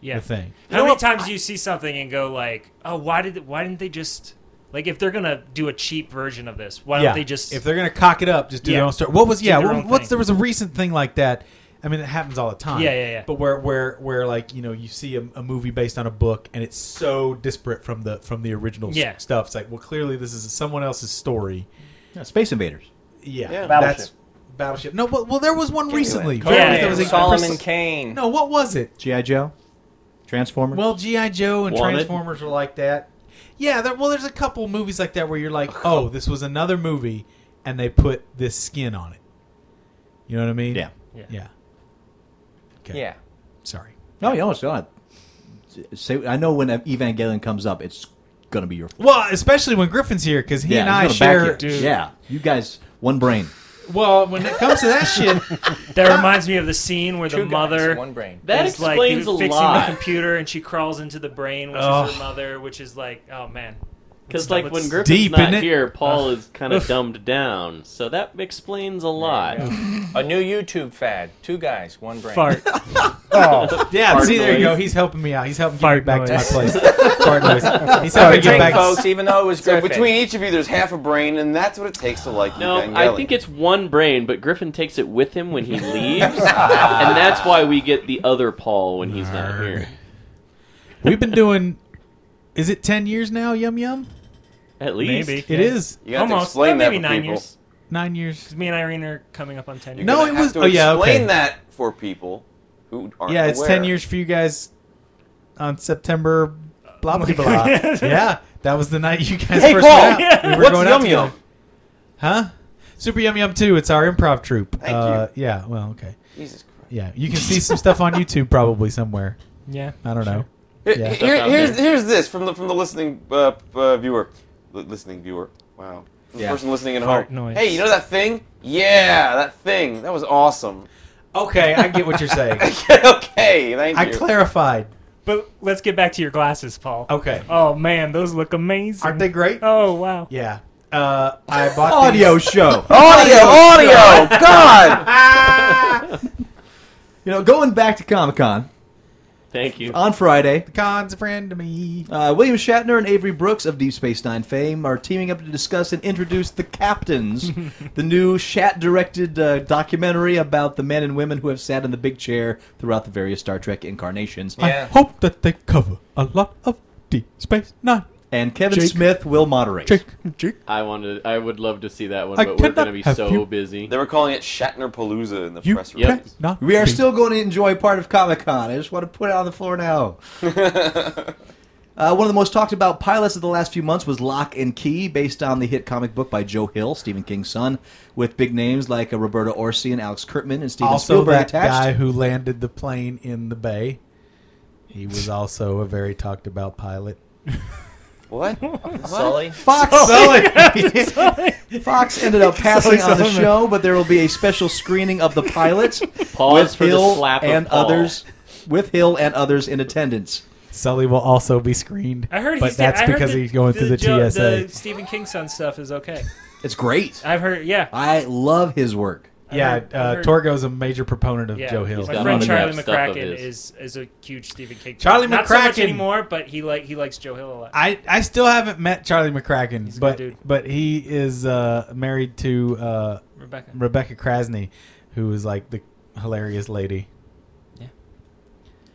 Yeah.
the thing.
How many times do you see something and go like, "Oh, why did why didn't they just like if they're gonna do a cheap version of this, why
yeah.
don't they just
if they're gonna cock it up, just do
Yeah.
their own story. What was
Do
yeah?
their
What,
own
what's
thing.
there was a recent thing like that. I mean, it happens all the time.
Yeah, yeah, yeah.
But where where where like you know you see a, a movie based on a book and it's so disparate from the from the original s-
Yeah.
stuff. It's like well, clearly this is someone else's story.
Yeah, Space Invaders.
Yeah,
Yeah.
that's Battleship. No, but well, there was one
Can't do
recently.
that.
There was-
Yeah,
there was a-
Solomon
pres-
Kane.
No, what was it?
G.I. Joe, Transformers.
Well, GI Joe and
Wanted.
Transformers are like that. Yeah, there, well, there's a couple movies like that where you're like, oh, this was another movie, and they put this skin on it. You know what I mean?
Yeah.
Yeah.
Yeah. Okay.
Yeah.
Sorry.
No, you almost got it. Say, I know when Evangelion comes up, it's gonna be your.
Well, especially when Griffin's here because he and I
he's gonna
share.
back you. Yeah, you guys, one brain.
Well, when it comes to that shit,
That reminds me of the scene where the
Two guys,
mother
one brain.
That
is, like,
explains a
fixing
lot.
the computer and she crawls into the brain, which is
Ugh.
her mother, which is like, oh man.
Because
It's-
like
it's-
when Griffin's not here, Paul
Ugh.
is kind of
Oof.
dumbed down. So that explains a lot.
a new YouTube fad. Two guys, one brain.
Fart.
yeah,
Fart
see, there you
noise.
go. He's helping me out. He's helping get me back to my place. Fart
Sorry,
noise. He's helping me
drink,
get back.
folks. Even though it was
So
Griffin.
between each of you, there's half a brain, and that's what it takes to like
No,
Evangelion.
I think it's one brain, but Griffin takes it with him when he leaves, and that's why we get the other Paul when he's not here.
We've been doing. Is it ten years now? Yum yum.
At least.
Maybe.
It is.
You gotta Almost. explain Well, that maybe for nine people. years.
Nine years.
Because me and Irene are coming up on 10 years.
You're gonna have To explain that for people who
Oh,
aren't.
yeah, it's
aware.
ten years for you guys on September. Blah blah blah.
God.
yeah, that was the night you guys
Hey,
first
Paul!
went out. We were
What's
going
Yum
out
Yum?
together. Huh? Super Yum Yum Two. It's our improv troupe.
Thank
uh, you. Yeah. Well, okay.
Jesus
Christ. Yeah, you can see some stuff on YouTube probably somewhere.
Yeah,
I don't know.
Here-
Yeah.
here- here's, here's this from the from the listening uh, uh, viewer, L- listening viewer. Wow, the
Yeah.
person listening at
Fart
home.
noise.
Hey, you know that thing? Yeah, that thing. That was awesome.
Okay, I get what you're saying.
okay, thank
I
you.
clarified.
But let's get back to your glasses, Paul.
Okay.
Oh man, those look amazing. Aren't they
great?
Oh wow.
Yeah. Uh, I bought
Audio
these-
show.
Audio, audio,
God. you know, going back to Comic Con
Thank you.
Uh,
on Friday,
Con's a friend to me.
Uh, William Shatner and Avery Brooks of Deep Space Nine fame are teaming up to discuss and introduce The Captains, the new Shat directed uh, documentary about the men and women who have sat in the big chair throughout the various Star Trek incarnations.
I hope that they cover a lot of Deep Space Nine.
And Kevin
Jake.
Smith will moderate.
I wanted. I would love to see that one,
I
but we're going to
cannot
be
have
so
you-
busy.
They were calling it Shatner Palooza in the
You
press release.
we are still going to enjoy part of Comic Con. I just want to put it on the floor now. Uh, one of the most talked about pilots of the last few months was Lock and Key, based on the hit comic book by Joe Hill, Stephen King's son, with big names like uh, Roberta Orsi and Alex Kurtzman and Steven
also,
Spielberg
that
attached.
guy who landed the plane in the bay. He was also a very talked about pilot.
What?
Sully?
Fox
Sully. Sully.
Fox ended up passing
Sully
on the
Sullivan.
show, but there will be a special screening of the pilot
Pause
with
for the
Hill
slap of
and
Paul.
others, with Hill and others in attendance.
Sully will also be screened.
I heard
but
he's
that's
I heard
because
the-
he's going through the
Joe-
TSA.
The Stephen King son stuff is okay.
It's great.
I've heard. Yeah.
I love his work.
I
yeah,
heard- I
uh,
heard-
Torgo's a major proponent of
Yeah,
Joe Hill.
My friend Charlie McCracken is is a huge Stephen King. fan.
Charlie
Not so much
McCracken.
anymore, but he like he likes Joe Hill a
Ah,
lot.
I, I still haven't met Charlie McCracken,
a
but
good dude.
but he is uh, married to uh,
Rebecca.
Rebecca Krasny, who is like the hilarious lady.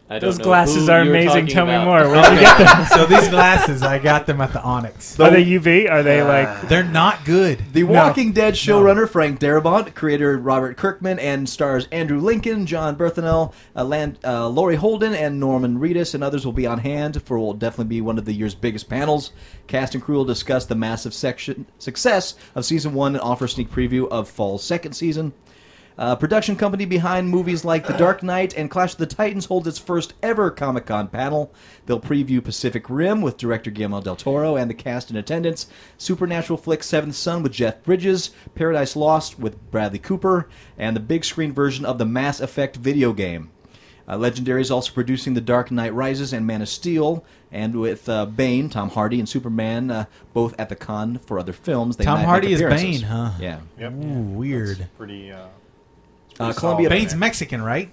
I don't
Those
know
glasses
who
are
you were
amazing.
talking
Tell me
about.
more. Where'd you get them?
so these glasses, I got them at the Onyx.
Are they UV? Are they
uh,
like?
They're not good.
The Walking Dead showrunner Frank Darabont, creator Robert Kirkman, and stars Andrew Lincoln, John Berthenel, uh, Land, uh, Laurie Holden, and Norman Reedus, and others will be on hand for what will definitely be one of the year's biggest panels. Cast and crew will discuss the massive section, success of season one and offer a sneak preview of fall's second season. Uh, production company behind movies like The Dark Knight and Clash of the Titans holds its first ever Comic Con panel. They'll preview Pacific Rim with director Guillermo del Toro and the cast in attendance, Supernatural flick Seventh Son with Jeff Bridges, Paradise Lost with Bradley Cooper, and the big screen version of the Mass Effect video game. Uh, Legendary is also producing The Dark Knight Rises and Man of Steel, and with uh, Bane, Tom Hardy, and Superman uh, both at the con for other films. They
Tom
might make
Hardy is
appearances.
Bane, huh?
Yeah.
Yep. Ooh, weird.
Pretty. Uh,
Uh, Columbia
Bane's Mexican, right?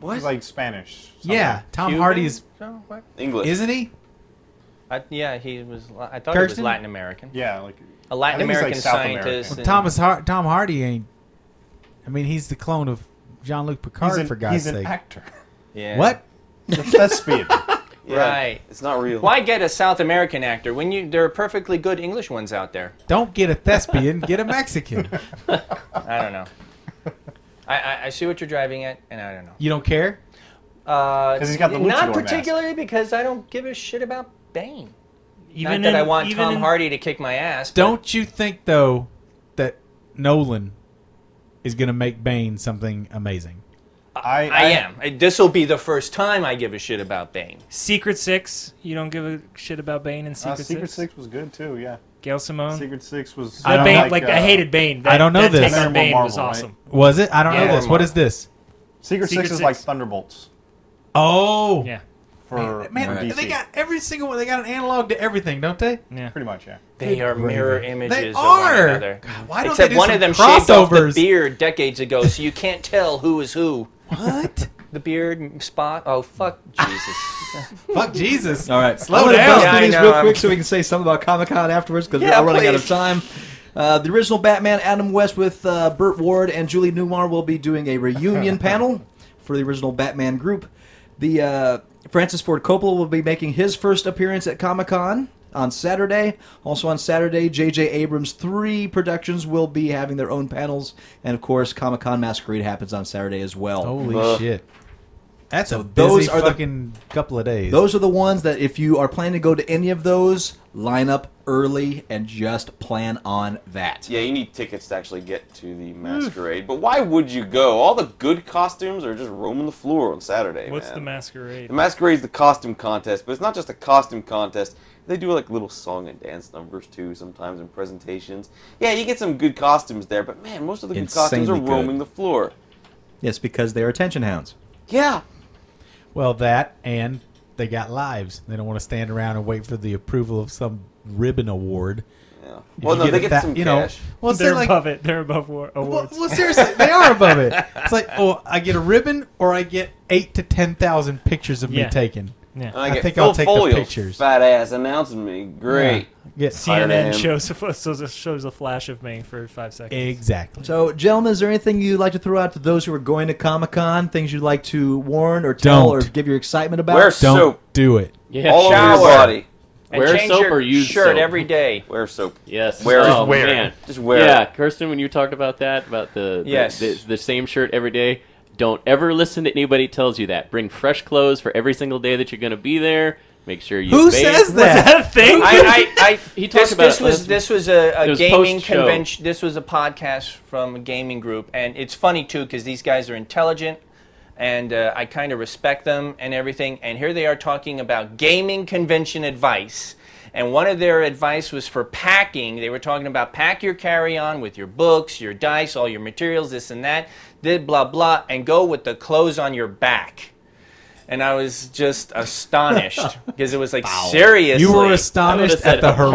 What? Like Spanish.
Yeah, Tom Hardy is
No, what?
English,
isn't he?
I, yeah, he was. La- I thought he
Kirsten?
was Latin American.
Yeah, like
a Latin
I think he's, like,
American
South
scientist.
American.
and-
Thomas Har- Tom Hardy ain't. I mean, he's the clone of Jean Luc Picard
He's an-
for God's
he's an
sake.
actor.
Yeah.
What?
thespian.
Right.
It's not real.
Why get a South American actor when you there are perfectly good English ones out there?
Don't get a thespian. Get a Mexican.
I don't know. I, I, I see what you're driving at, and I don't know.
You don't care.
Uh,
'Cause he's got the
not
luchador mask.
particularly because I don't give a shit about Bane.
Even
not that I
in-
want
even
Tom
in-
Hardy to kick my ass. but-
Don't you think though that Nolan is going to make Bane something amazing?
I,
I am. This will be the first time I give a shit about Bane.
Secret Six. You don't give a shit about Bane and
Uh,
Secret,
Secret Six?
Six.
was good too. Yeah.
Gail Simone.
Secret Six was.
That Bane, like,
uh,
I hated Bane. That,
I don't know
that
this.
Take on
Venerable
Bane was
Marvel,
awesome.
Was it? I don't know
Yeah.
this. What is this?
Secret,
Secret
Six is
Six.
like Thunderbolts.
Oh,
Yeah.
For
Man,
for DC.
they got every single one. They got an analog to everything, don't they?
Yeah.
pretty much yeah.
They are
gravy.
mirror images
They
of one
are!
another.
God, why don't
Except
they do
one
some
of them shaved off the
crossovers?
beard decades ago, so you can't tell who is who.
What?
The beard spot. Oh fuck, Jesus.
Fuck Jesus.
All right,
Slow
I'm gonna
down.
bust
Yeah,
through
I
these
know,
real
I'm-
quick so we can say something about Comic Con afterwards because
Yeah,
we're running out of
please.
time. Uh, the original Batman, Adam West with uh, Burt Ward and Julie Newmar will be doing a reunion panel for the original Batman group. The uh, Francis Ford Coppola will be making his first appearance at Comic Con. on Saturday. Also on Saturday, J.J. Abrams' three productions will be having their own panels, and of course, Comic Con Masquerade happens on Saturday as well.
Holy
Uh,
shit. That's a
So
busy
those are the-
fucking couple of days.
Those are the ones that if you are planning to go to any of those, line up early and just plan on that.
Yeah, you need tickets to actually get to the masquerade. But why would you go? All the good costumes are just roaming the floor on Saturday.
What's
man.
the masquerade?
The masquerade's the costume contest, but it's not just a costume contest. They do like little song and dance numbers too, sometimes in presentations. Yeah, you get some good costumes there, but man, most of the good costumes are
Insanely good.
roaming the floor.
Yes, because they're attention hounds.
Yeah.
Well, that and they got lives. They don't want to stand around and wait for the approval of some ribbon award.
Yeah.
If
Well,
you
no, they get
that-
some
you know,
cash.
Well, say
they're
like
above it. They're above war- awards.
Well, seriously, they are above it. It's like, oh, I get a ribbon or I get eight to ten thousand pictures of
Yeah.
me taken.
Yeah.
And I, get
think
Phil
I'll take
Foley,
the pictures.
Fat ass announcing me. Great.
Yeah.
Tired of
CNN
him.
shows shows shows a flash of me for five seconds.
Exactly.
So, gentlemen, is there anything you'd like to throw out to those who are going to Comic Con? Things you'd like to warn or tell
Don't.
or give your excitement about?
Wear
Don't
soap
do it.
Yeah,
all over your
shower.
body.
And
Wear
change
soap
your
or use
shirt
soap.
every day.
Wear soap.
Yes.
Wear
oh,
it. Wear it.
man.
Just wear
yeah,
it.
Kirsten, when you talked about that, about the, the-
Yes.
the, the same shirt every day, don't ever listen to anybody tells you that. Bring fresh clothes for every single day that you're going to be there. Make sure you.
Who
bathe.
says that?
That thing.
I, I, I
He talked
this,
about
this
it
was
last
this was a, a
It was
gaming
post-show.
convention. This was a podcast from a gaming group, and it's funny too because these guys are intelligent, and uh, I kind of respect them and everything. And here they are talking about gaming convention advice. And one of their advice was for packing. They were talking about pack your carry-on with your books, your dice, all your materials, this and that, did blah blah, and go with the clothes on your back. And I was just astonished because it was like seriously.
You were
I would've
astonished
said
at the
appalled.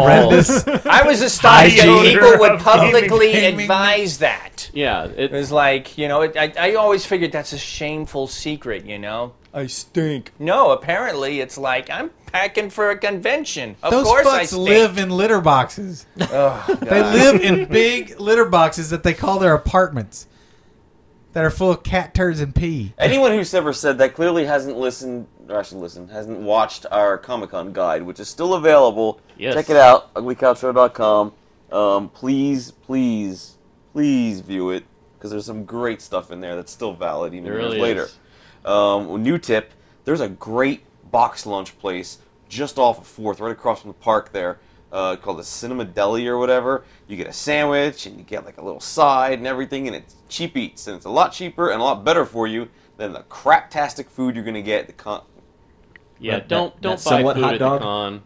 horrendous.
I was astonished that
Hygiene.
people would
Of
publicly advise that.
Yeah.
It
It,
was like, you know, it, I, I always figured that's a shameful secret, you know? I stink. No, apparently it's like, I'm packing for a convention. Of
Those
course I
fucks
stink. Oh,
live in litter boxes. they live in big litter boxes that they call their apartments that are full of cat turds and pee.
Anyone who's ever said that clearly hasn't listened, or I should listen, hasn't watched our Comic Con guide, which is still available.
Yes.
Check it out, uglycouchshow.com. Um, please, please, please view it because there's some great stuff in there that's still valid even
There
years
really
later.
is.
Um, new tip: there's a great box lunch place just off of Fourth, right across from the park there, uh, called the Cinema Deli or whatever. You get a sandwich and you get like a little side and everything, and it's cheap eats, and it's a lot cheaper and a lot better for you than the craptastic food you're gonna get at the con.
yeah.
that-
Don't
that
don't buy
somewhat
food
hot
at
dog?
the con.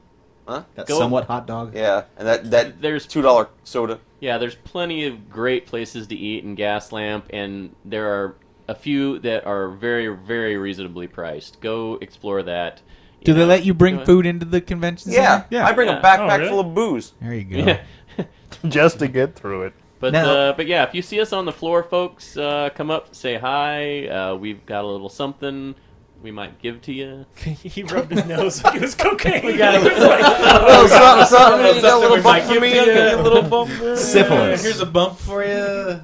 Huh?
That
Go-
somewhat hot dog.
Yeah, and that that
There's-
two dollar soda.
Yeah, there's plenty of great places to eat in Gaslamp, and there are a few that are very, very reasonably priced. Go explore that.
Do they
know.
let you bring
Do it.
food into the convention center?
Yeah, I bring
Yeah.
a backpack
Oh, really?
full of booze.
There you go.
Yeah.
Oh. Just to get through it.
But
Now-
uh, but yeah, if you see us on the floor, folks, uh, come up, say hi. Uh, we've got a little something we might give to you.
he rubbed his nose like it was cocaine.
Oh, something, something,
Something we
you got a little bump
might
for
give
me,
to
I'll
you.
give you a little bump.
Syphilis.
Here's a bump for you.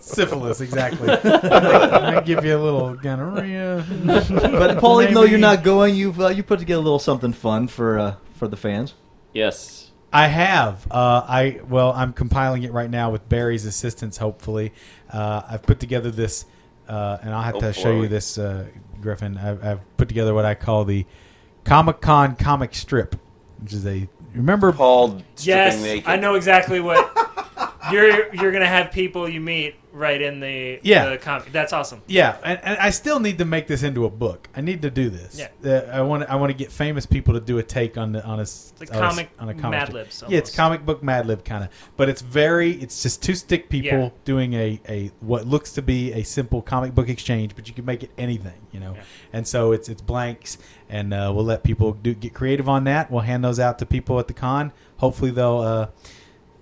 Syphilis, exactly. I might give you a little gonorrhea.
But Paul, even though you're
Maybe.
not going, you've uh, you put together a little something fun for uh, for the fans.
Yes.
I have. Uh, I well, I'm compiling it right now with Barry's assistance. Hopefully, uh, I've put together this, uh, and I'll have to show
Hopefully.
you this, uh, Griffin. I've, I've put together what I call the Comic Con comic strip, which is a remember
Paul stripping
yes,
naked.
I know exactly what you're. You're gonna have people you meet right in the
Yeah.
The com- that's awesome.
Yeah, and, and I still need to make this into a book. I need to do this.
Yeah.
Uh, I want I want to get famous people to do a take on the on a s-
It's like
on a s-
comic
on a comic
Mad
book.
Libs
Yeah, it's
almost.
comic book Mad Lib kind of, but it's very it's just two stick people
Yeah.
doing a, a what looks to be a simple comic book exchange, but you can make it anything, you know. And so it's it's blanks, and uh, we'll let people do get creative on that. We'll hand those out to people at the con. Hopefully they'll. Uh,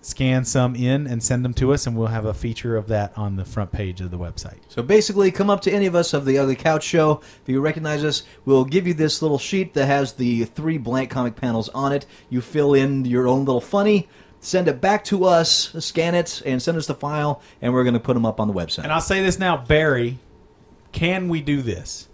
Scan some in and send them to us, and we'll have a feature of that on the front page of the website.
So basically, come up to any of us of the Ugly Couch Show. If you recognize us, we'll give you this little sheet that has the three blank comic panels on it. You fill in your own little funny, send it back to us, scan it, and send us the file, and we're going to put them up on the website.
And I'll say this now, Barry, can we do this?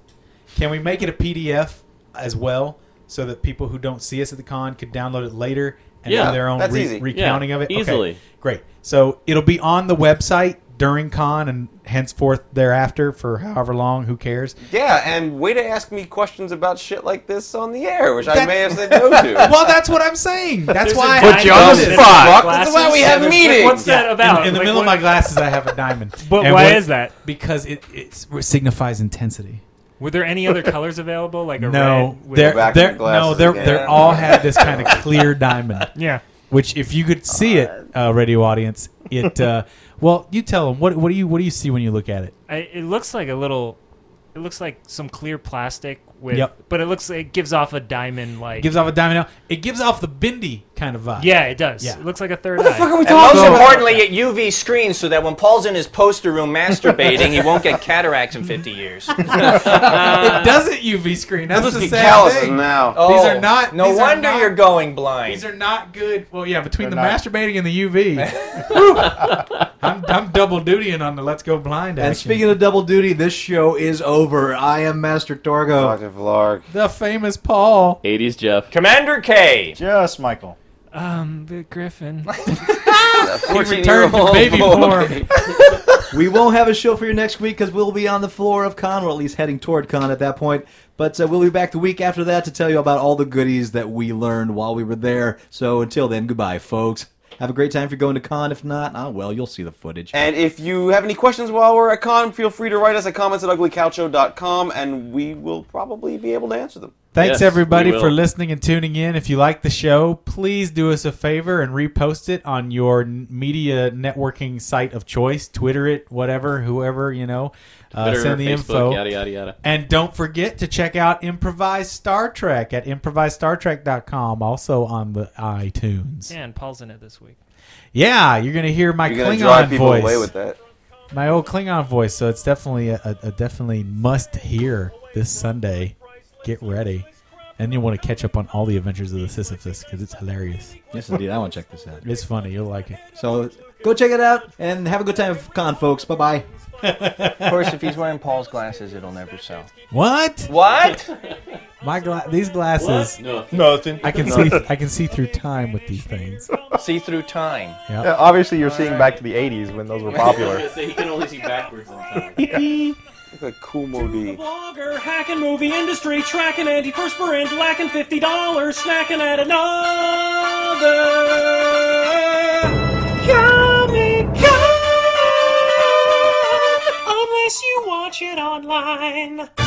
Can we make it a PDF as well so that people who don't see us at the con could download it later and
Yeah,
do their own
that's
re-
easy.
recounting
Yeah,
of it? Okay,
easily.
great. So it'll be on the website during con and henceforth thereafter for however long. Who cares?
Yeah, and way to ask me questions about shit like this on the air, which I may have said no to.
well, that's what I'm saying. That's
There's
why
a Put you on
I
the
did it.
spot. Fuck, that's why we have meetings.
What's that about?
In, in the
Like,
middle of
what-
my glasses, I have a diamond.
But
And
why
what-
is that?
Because it, it's, it signifies intensity.
Were there any other colors available? Like a
No,
red? with-
they're, they're, no, they're, they're all have this kind of clear diamond.
Yeah.
Which, if you could see it, uh, radio audience, it. Uh, well, you tell them what what do you what do you see when you look at it?
I, it looks like a little. It looks like some clear plastic with,
Yep.
but it looks it gives off a diamond like.
It gives off a diamond. out. It gives off the bendy kind of vibe.
yeah, it does.
Yeah.
It looks like a third eye.
and most importantly, at UV screens, so that when Paul's in his poster room masturbating, he won't get cataracts in 50 years. Uh-huh.
it doesn't UV screen. That's
Must
the
be
sad
calluses
thing.
now.
These
Oh,
are not.
no
these are
wonder
not-
you're going blind.
These are not good. Well, yeah, between
They're
the
not.
masturbating and the UV, Whew. I'm, I'm double dutying on the Let's Go Blind
And
action.
speaking of double duty, this show is over. I am Master Torgo.
Dr. Vlarg.
the famous Paul.
80s Jeff.
Commander K.
Just Michael.
Um, the Griffin.
He returned to baby form.
we won't have a show for you next week because we'll be on the floor of con, or at least heading toward con at that point. But uh, we'll be back the week after that to tell you about all the goodies that we learned while we were there. So until then, goodbye, folks. Have a great time if you're going to con. If not, ah, well, you'll see the footage.
And if you have any questions while we're at con, feel free to write us at comments at uglycouchshow.com, and we will probably be able to answer them.
Thanks
Yes,
everybody
we will.
for listening and tuning in. If you like the show, please do us a favor and repost it on your n- media networking site of choice. Twitter it, whatever, whoever you know. Uh,
Twitter,
send the
Facebook,
info.
yada, yada, yada.
And don't forget to check out Improvised Star Trek at improvisedstartrek.com, also on the iTunes.
Yeah, and Paul's in it this week.
Yeah, you're gonna hear my
You're going to drive
Klingon
people
voice,
away with that.
my old Klingon voice. So it's definitely a, a, a definitely must hear this Sunday. Get ready, and you want to catch up on all the adventures of the Sisyphus because it's hilarious.
yes, indeed, I want to check this out.
It's funny. You'll like it.
So go check it out and have a good time of con, folks. Bye bye.
Of course, if he's wearing Paul's glasses, it'll never sell.
What?
What?
My gla- these glasses.
No.
Nothing.
I can see. I can see through time with these things.
See through time.
Yeah.
Yeah, obviously, you're seeing back to the 80s when those were popular.
he can only see backwards in time.
Look like cool Modi.
Blogger, hacking movie industry, tracking antiperspirant, lacking $50, snacking at another. Comic Con! Unless you watch it online.